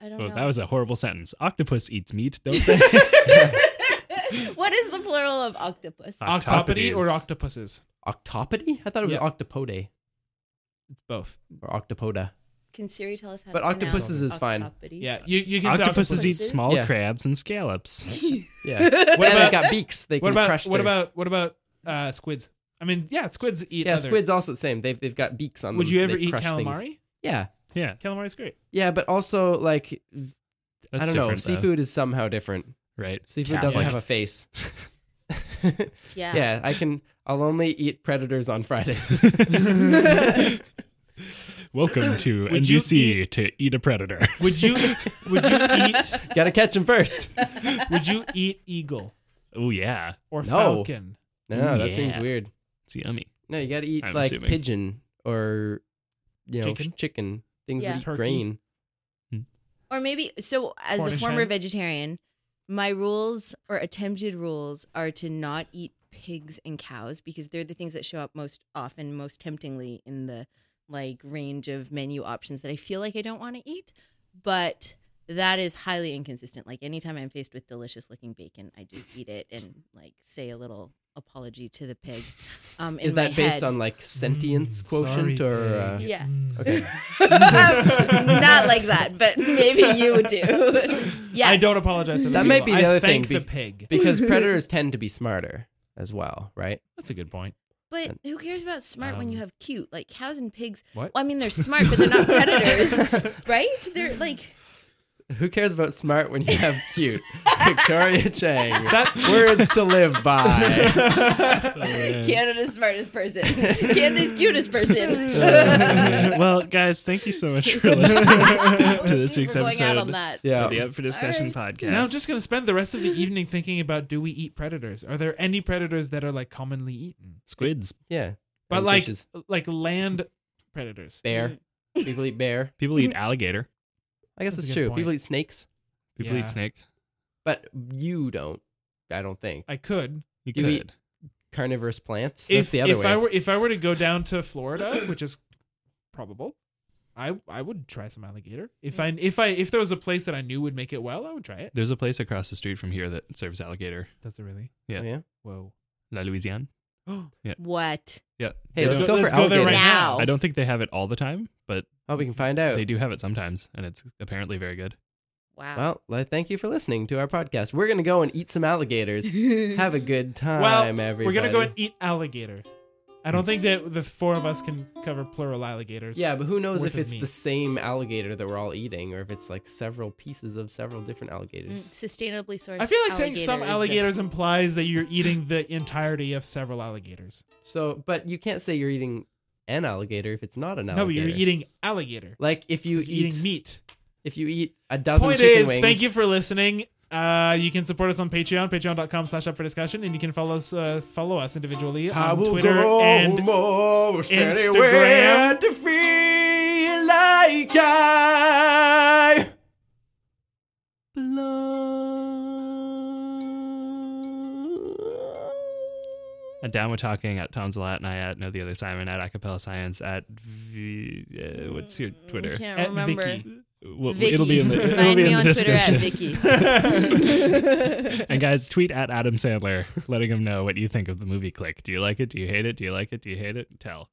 Speaker 3: I don't
Speaker 2: Oh,
Speaker 3: know.
Speaker 2: that was a horrible sentence. Octopus eats meat, don't they?
Speaker 3: what is the plural of octopus?
Speaker 5: Octopody or
Speaker 2: Octopodes.
Speaker 5: octopuses?
Speaker 4: Octopody? I thought it was
Speaker 5: Yeah.
Speaker 4: octopode
Speaker 5: It's both.
Speaker 4: or octopoda.
Speaker 3: Can Siri tell us how?
Speaker 4: But
Speaker 3: to pronounce
Speaker 4: octopuses is fine.
Speaker 3: octopody?
Speaker 5: Yeah, you, you can say
Speaker 2: Octopuses eat
Speaker 3: Octopuses?
Speaker 2: small
Speaker 4: Yeah.
Speaker 2: crabs and scallops.
Speaker 4: Yeah. what
Speaker 5: What
Speaker 4: they
Speaker 5: about,
Speaker 4: got beaks. They
Speaker 5: what
Speaker 4: can
Speaker 5: about
Speaker 4: crush theirs.
Speaker 5: what about what about uh, squids? I mean, yeah, squids eat.
Speaker 4: Yeah,
Speaker 5: other-
Speaker 4: squid's also the same. They've they've got beaks on them.
Speaker 5: Would you
Speaker 4: They
Speaker 5: ever eat
Speaker 4: crush things.
Speaker 5: calamari?
Speaker 4: Yeah.
Speaker 2: Yeah,
Speaker 5: Calamari's great.
Speaker 4: Yeah, but also like
Speaker 2: that's
Speaker 4: I don't know,
Speaker 2: different, though,
Speaker 4: seafood is somehow different.
Speaker 2: right?
Speaker 4: Seafood
Speaker 2: Yeah.
Speaker 4: doesn't
Speaker 2: Like,
Speaker 4: have a face.
Speaker 3: Yeah.
Speaker 4: yeah, I can I'll only eat predators on Fridays.
Speaker 2: Welcome to
Speaker 5: Would you
Speaker 2: NGC to eat a predator.
Speaker 5: Would you would you eat
Speaker 4: got to catch them first.
Speaker 5: would you eat eagle
Speaker 2: oh yeah,
Speaker 5: or
Speaker 4: No.
Speaker 5: falcon?
Speaker 4: No, that
Speaker 2: Yeah.
Speaker 4: seems weird.
Speaker 2: it's yummy.
Speaker 4: No, you got to eat
Speaker 2: I'm
Speaker 4: like
Speaker 2: assuming.
Speaker 4: pigeon or you know
Speaker 5: Chicken?
Speaker 4: chicken, chicken things
Speaker 3: Yeah.
Speaker 4: that eat
Speaker 5: Turkey?
Speaker 4: grain.
Speaker 3: Or maybe so. As
Speaker 5: Cornish
Speaker 3: a former
Speaker 5: hens?
Speaker 3: vegetarian, my rules or attempted rules are to not eat pigs and cows because they're the things that show up most often, most temptingly in the like range of menu options that I feel like I don't want to eat. But that is highly inconsistent. Like anytime I'm faced with delicious looking bacon, I just eat it and like say a little apology to the pig. Um, in
Speaker 4: Is
Speaker 3: my
Speaker 4: that based
Speaker 3: head.
Speaker 4: on
Speaker 5: Mm,
Speaker 4: like sentience quotient or uh,
Speaker 3: Yeah.
Speaker 4: okay.
Speaker 3: Not like that, but maybe you do. yeah.
Speaker 5: I don't apologize. To the
Speaker 4: That might
Speaker 5: people.
Speaker 4: be the
Speaker 5: I
Speaker 4: other
Speaker 5: thank
Speaker 4: thing,
Speaker 5: The
Speaker 4: be-
Speaker 5: pig.
Speaker 4: because predators tend to be smarter as well, right?
Speaker 5: That's a good point.
Speaker 3: But who cares about smart when
Speaker 2: um,
Speaker 3: you have cute? Like cows and pigs.
Speaker 4: What?
Speaker 3: Well, I mean, they're smart, but they're not predators, right? They're like,
Speaker 4: Who cares about smart when you have cute? Victoria Chang. Words to live by.
Speaker 3: Canada's smartest person, Canada's cutest person.
Speaker 2: well, guys, thank you so much for listening to this
Speaker 3: We're
Speaker 2: week's
Speaker 3: going
Speaker 2: episode
Speaker 3: out on that.
Speaker 2: of the
Speaker 4: Yeah.
Speaker 2: Up for Discussion podcast.
Speaker 5: Now I'm just gonna spend the rest of the evening thinking about do we eat predators? Are there any predators that are like commonly eaten?
Speaker 2: squids.
Speaker 4: Yeah.
Speaker 5: But
Speaker 4: And
Speaker 5: like
Speaker 4: fishes.
Speaker 5: like land predators.
Speaker 4: bear.
Speaker 3: Mm.
Speaker 4: People eat bear.
Speaker 2: People eat alligator.
Speaker 4: I guess
Speaker 5: That's
Speaker 4: that's,
Speaker 5: a good
Speaker 4: true.
Speaker 5: point.
Speaker 4: People eat snakes,
Speaker 2: People
Speaker 5: Yeah.
Speaker 2: eat snake.
Speaker 4: but you don't. I don't think.
Speaker 5: I could
Speaker 2: You,
Speaker 4: You
Speaker 2: could.
Speaker 4: eat- Carnivorous plants. That's
Speaker 5: if
Speaker 4: the other
Speaker 5: if
Speaker 4: way.
Speaker 5: I were if I were to go down to Florida, which is probable, I I would try some alligator. If I if I if there was a place that I knew would make it well, I would try it.
Speaker 2: There's a place across the street from here that serves alligator.
Speaker 5: That's a really
Speaker 4: Oh, yeah.
Speaker 5: whoa.
Speaker 2: La Louisiane.
Speaker 3: What?
Speaker 2: Yeah.
Speaker 4: Hey,
Speaker 5: Let's
Speaker 4: let's,
Speaker 5: go-
Speaker 4: go,
Speaker 5: let's
Speaker 4: for
Speaker 5: go there
Speaker 4: alligator.
Speaker 5: right
Speaker 3: now.
Speaker 2: I don't think they have it all the time, but
Speaker 4: Oh, we can find out.
Speaker 2: they do have it sometimes, and it's apparently very good.
Speaker 3: Wow.
Speaker 4: Well, li- thank you for listening to our podcast. We're gonna go and eat some alligators. Have a good time,
Speaker 5: Well,
Speaker 4: everybody.
Speaker 5: we're gonna go and eat alligator. I don't think that the four of us can cover plural alligators.
Speaker 4: Yeah, but who knows
Speaker 5: worth
Speaker 4: if
Speaker 5: of
Speaker 4: it's
Speaker 5: meat.
Speaker 4: the same alligator that we're all eating, or if it's like several pieces of several different
Speaker 3: Mm,
Speaker 4: alligators.
Speaker 3: Sustainably sourced.
Speaker 5: I feel like saying some
Speaker 3: alligators.
Speaker 5: alligators implies that you're eating the entirety of several alligators.
Speaker 4: So, but you can't say you're eating an alligator if it's not an
Speaker 5: No, but
Speaker 4: alligator.
Speaker 5: you're eating alligator.
Speaker 4: like if you
Speaker 5: 'cause
Speaker 4: eat
Speaker 5: You're eating meat.
Speaker 4: if you eat a dozen
Speaker 5: Point
Speaker 4: chicken
Speaker 5: is,
Speaker 4: wings.
Speaker 5: thank you for listening. Uh, you can support us on Patreon, patreon.com slash up for discussion, and you can follow us uh, follow us individually
Speaker 4: I
Speaker 5: on
Speaker 4: will
Speaker 5: Twitter
Speaker 4: grow
Speaker 5: and
Speaker 4: more steady
Speaker 5: Instagram.
Speaker 4: way to feel like I belong.
Speaker 2: And down with talking at Tom's a lot, and I at know the other Simon at Acapella Science at v, uh, what's your Twitter?
Speaker 3: Mm,
Speaker 2: Uh,
Speaker 3: Can't
Speaker 5: at
Speaker 3: remember.
Speaker 5: Vicky.
Speaker 2: Well,
Speaker 3: Vicky.
Speaker 2: It'll be in the, it'll
Speaker 3: Find
Speaker 2: be
Speaker 3: me
Speaker 2: in the
Speaker 3: on Twitter at
Speaker 2: description.
Speaker 3: Vicky.
Speaker 2: And guys, tweet at Adam Sandler, letting him know what you think of the movie Click. Do you like it? Do you hate it? Do you like it? Do you hate it? Tell.